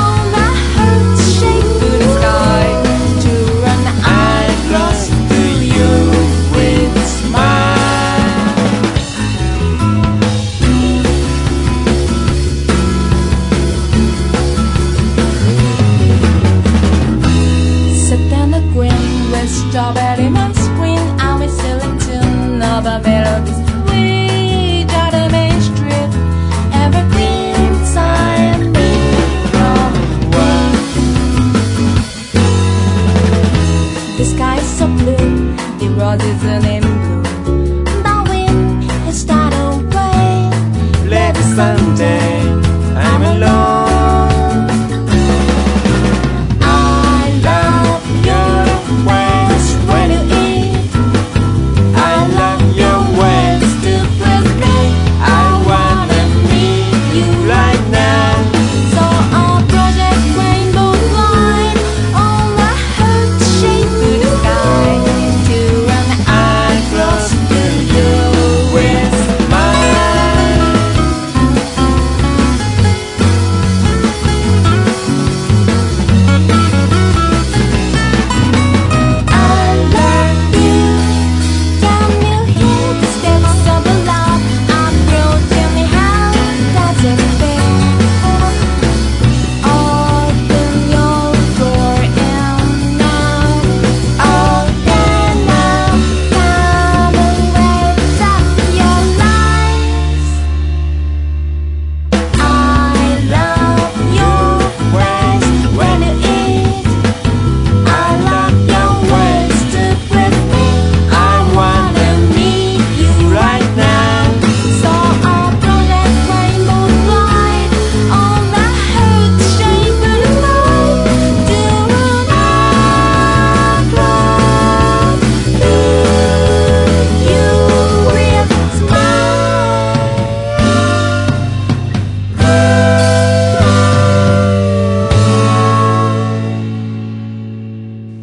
Speaker 3: on the heart-shaped blue sky to run across to you with smile. Sit down the green with strawberry ice cream. I was selling tune of a melody. We got a main strip. Evergreen sign me from work. The sky is so blue. The road is an in blue. The wind has started away. Let Sunday. I'm alone. I love your ways when you eat. I love your ways to please me. I wanna meet you right now. So our project rainbow line on a heart-shaped blue sky to run across.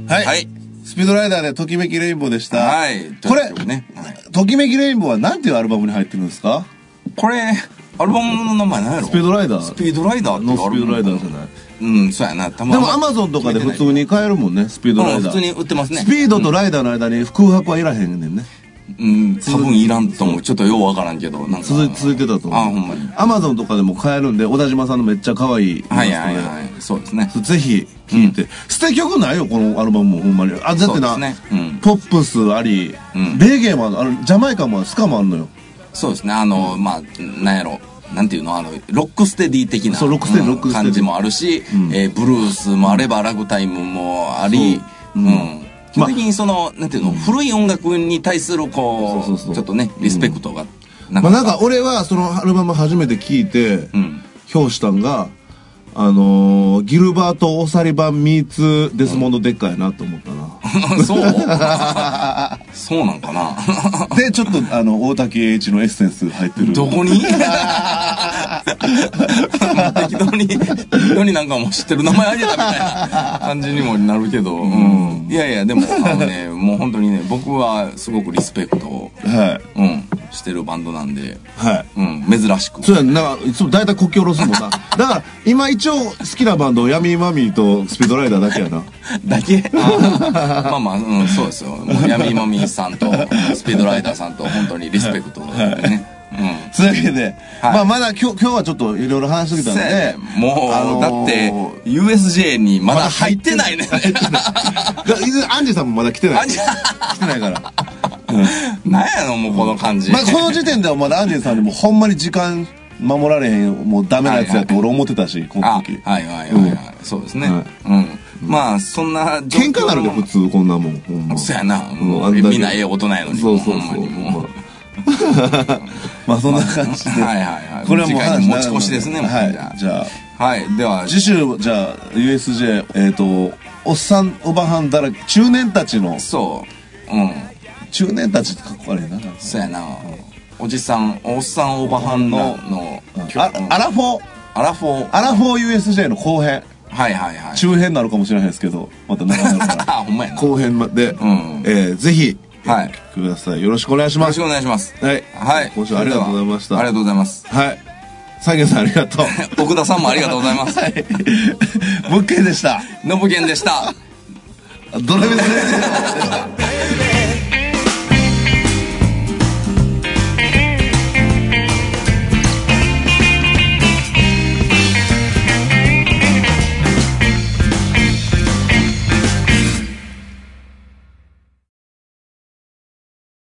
Speaker 1: はい。
Speaker 2: はい
Speaker 1: スピードライダーでときめきレインボーでした。
Speaker 2: はい
Speaker 1: これ
Speaker 2: という、ねはい
Speaker 1: ときめきレインボーはなんていうアルバムに入ってるんですか
Speaker 2: これ、アルバムの名前何やろ
Speaker 1: スピードライダー。
Speaker 2: スピードライダーって
Speaker 1: のスピードライダーじゃ
Speaker 2: い
Speaker 1: ない。
Speaker 2: うん、そうやな。たま
Speaker 1: でもアマゾンとかで普通に買えるもんね、スピードラ
Speaker 2: う
Speaker 1: イ
Speaker 2: ん、普
Speaker 1: ダー。
Speaker 2: 通に売ってますね。
Speaker 1: スピードとライダーの間に空白はいらへんねんね。
Speaker 2: うん、多分いらんと思う。ちょっとようわからんけど、なんか。
Speaker 1: 続い続いてたと思う。
Speaker 2: あ、ほんまに。
Speaker 1: アマゾンとかでも買えるんで、小田島さんのめっちゃ可愛いイラストで。
Speaker 2: はいはいはい。そうですね。
Speaker 1: ぜひ聴いて、捨て曲ないよこのアルバムもほんまにあだってな、
Speaker 2: そうですねうん
Speaker 1: ポップスあり、
Speaker 2: うん
Speaker 1: レゲエもあるあのジャマイカもあるスカもあるのよ
Speaker 2: そうですね。あの、まあ、なんやろ。なんていうのあの、ロックステディ的な
Speaker 1: そうロックステディ
Speaker 2: うん
Speaker 1: ロックステディ
Speaker 2: 感じもあるし、えーブルースもあれば、ラグタイムもあり、。
Speaker 1: そううんうん
Speaker 2: 基本的にその、なんていうの、古い音楽に対する、こう
Speaker 1: そうそうそう
Speaker 2: ちょっとね、リスペクトが、な
Speaker 1: まあ、なんか俺はそのアルバム初めて聴いて、
Speaker 2: うん。
Speaker 1: 評したんがあのーギルバート・オサリバン・ミーツ・デスモンド・デッカやなと思ったな、
Speaker 2: そうそうなんかな
Speaker 1: でちょっとあの大滝栄一のエッセンス入ってる
Speaker 2: どこに適当に、適当になんかもう知ってる名前あげたみたいな感じにもなるけど、うん。いやいや、でも、あのね、もう本当にね、僕はすごくリスペクトを、
Speaker 1: はい
Speaker 2: うん、してるバンドなんで、
Speaker 1: はい
Speaker 2: うん、珍しく。
Speaker 1: そうやんなんかいつも大体こき下ろすもんな だから今一応好きなバンド闇マミーとスピードライダーだけや な
Speaker 2: だけまあまあ、うん、そうですよ。もう闇まみさんと、スピードライダーさんと、本当にリスペクトをね。うん。
Speaker 1: そういうわけで、
Speaker 2: はい
Speaker 1: まあまだ今日今日はちょっといろいろ話しすぎたんで、
Speaker 2: もう、
Speaker 1: あのー
Speaker 2: だって、USJ にまだ入ってな いね。
Speaker 1: だいずアンジェさんもまだ来てない。来てないから。
Speaker 2: なんやの、もうこの感じ。
Speaker 1: まあこの時点ではまだアンジェさんにもほんまに時間守られへんよ、もうダメなやつやって俺思ってたし、こ
Speaker 2: あ、
Speaker 1: の
Speaker 2: はい
Speaker 1: 時。
Speaker 2: はいはいはい。そうですね。
Speaker 1: は
Speaker 2: うん。まあ、そんな状況
Speaker 1: 喧嘩なるで普通こんなもん、ほんま。
Speaker 2: そうやな。
Speaker 1: もう
Speaker 2: も
Speaker 1: あ
Speaker 2: うん
Speaker 1: だけ
Speaker 2: みんなええ大人やのに。
Speaker 1: そうそう
Speaker 2: ほんま
Speaker 1: そ
Speaker 2: に
Speaker 1: う。
Speaker 2: もう
Speaker 1: まあ まあそんな感じで。
Speaker 2: はいはいはい。
Speaker 1: これはもう
Speaker 2: 次回
Speaker 1: 話
Speaker 2: に
Speaker 1: 長
Speaker 2: 持
Speaker 1: い
Speaker 2: ち越しですね、もう
Speaker 1: はい
Speaker 2: じゃ。
Speaker 1: じゃあ、
Speaker 2: あはい。では、
Speaker 1: 次週、じゃあ、USJ、えっと、おっさん、おばはんだらけ、中年たちの、
Speaker 2: そう。うん。
Speaker 1: 中年たちってかっこ悪いな。なんか
Speaker 2: そうやな。おじさん、おっさん、おばはんの、の、
Speaker 1: あア
Speaker 2: ラ、
Speaker 1: ラフォー、
Speaker 2: アラフォー。
Speaker 1: アラフォー USJ の後編、
Speaker 2: はいはいはい。
Speaker 1: 中編になるかもしれないですけど、また長なるか
Speaker 2: あ、ほんまや
Speaker 1: ら。
Speaker 2: な。
Speaker 1: 後編まで、
Speaker 2: ん
Speaker 1: えーぜひ、
Speaker 2: はい
Speaker 1: えーください。よろしくお願いし
Speaker 2: よ
Speaker 1: ま
Speaker 2: ろし
Speaker 1: す。
Speaker 2: くお願いします。
Speaker 1: はい
Speaker 2: はい。
Speaker 1: 今週はありがとうございました
Speaker 2: ありがとうございます。
Speaker 1: はい。サゲさんありがとう。
Speaker 2: 奥田さんもありがとうござ います。
Speaker 1: 物件でした。
Speaker 2: のぶけんでした。
Speaker 1: ドラミスレジェンドでした。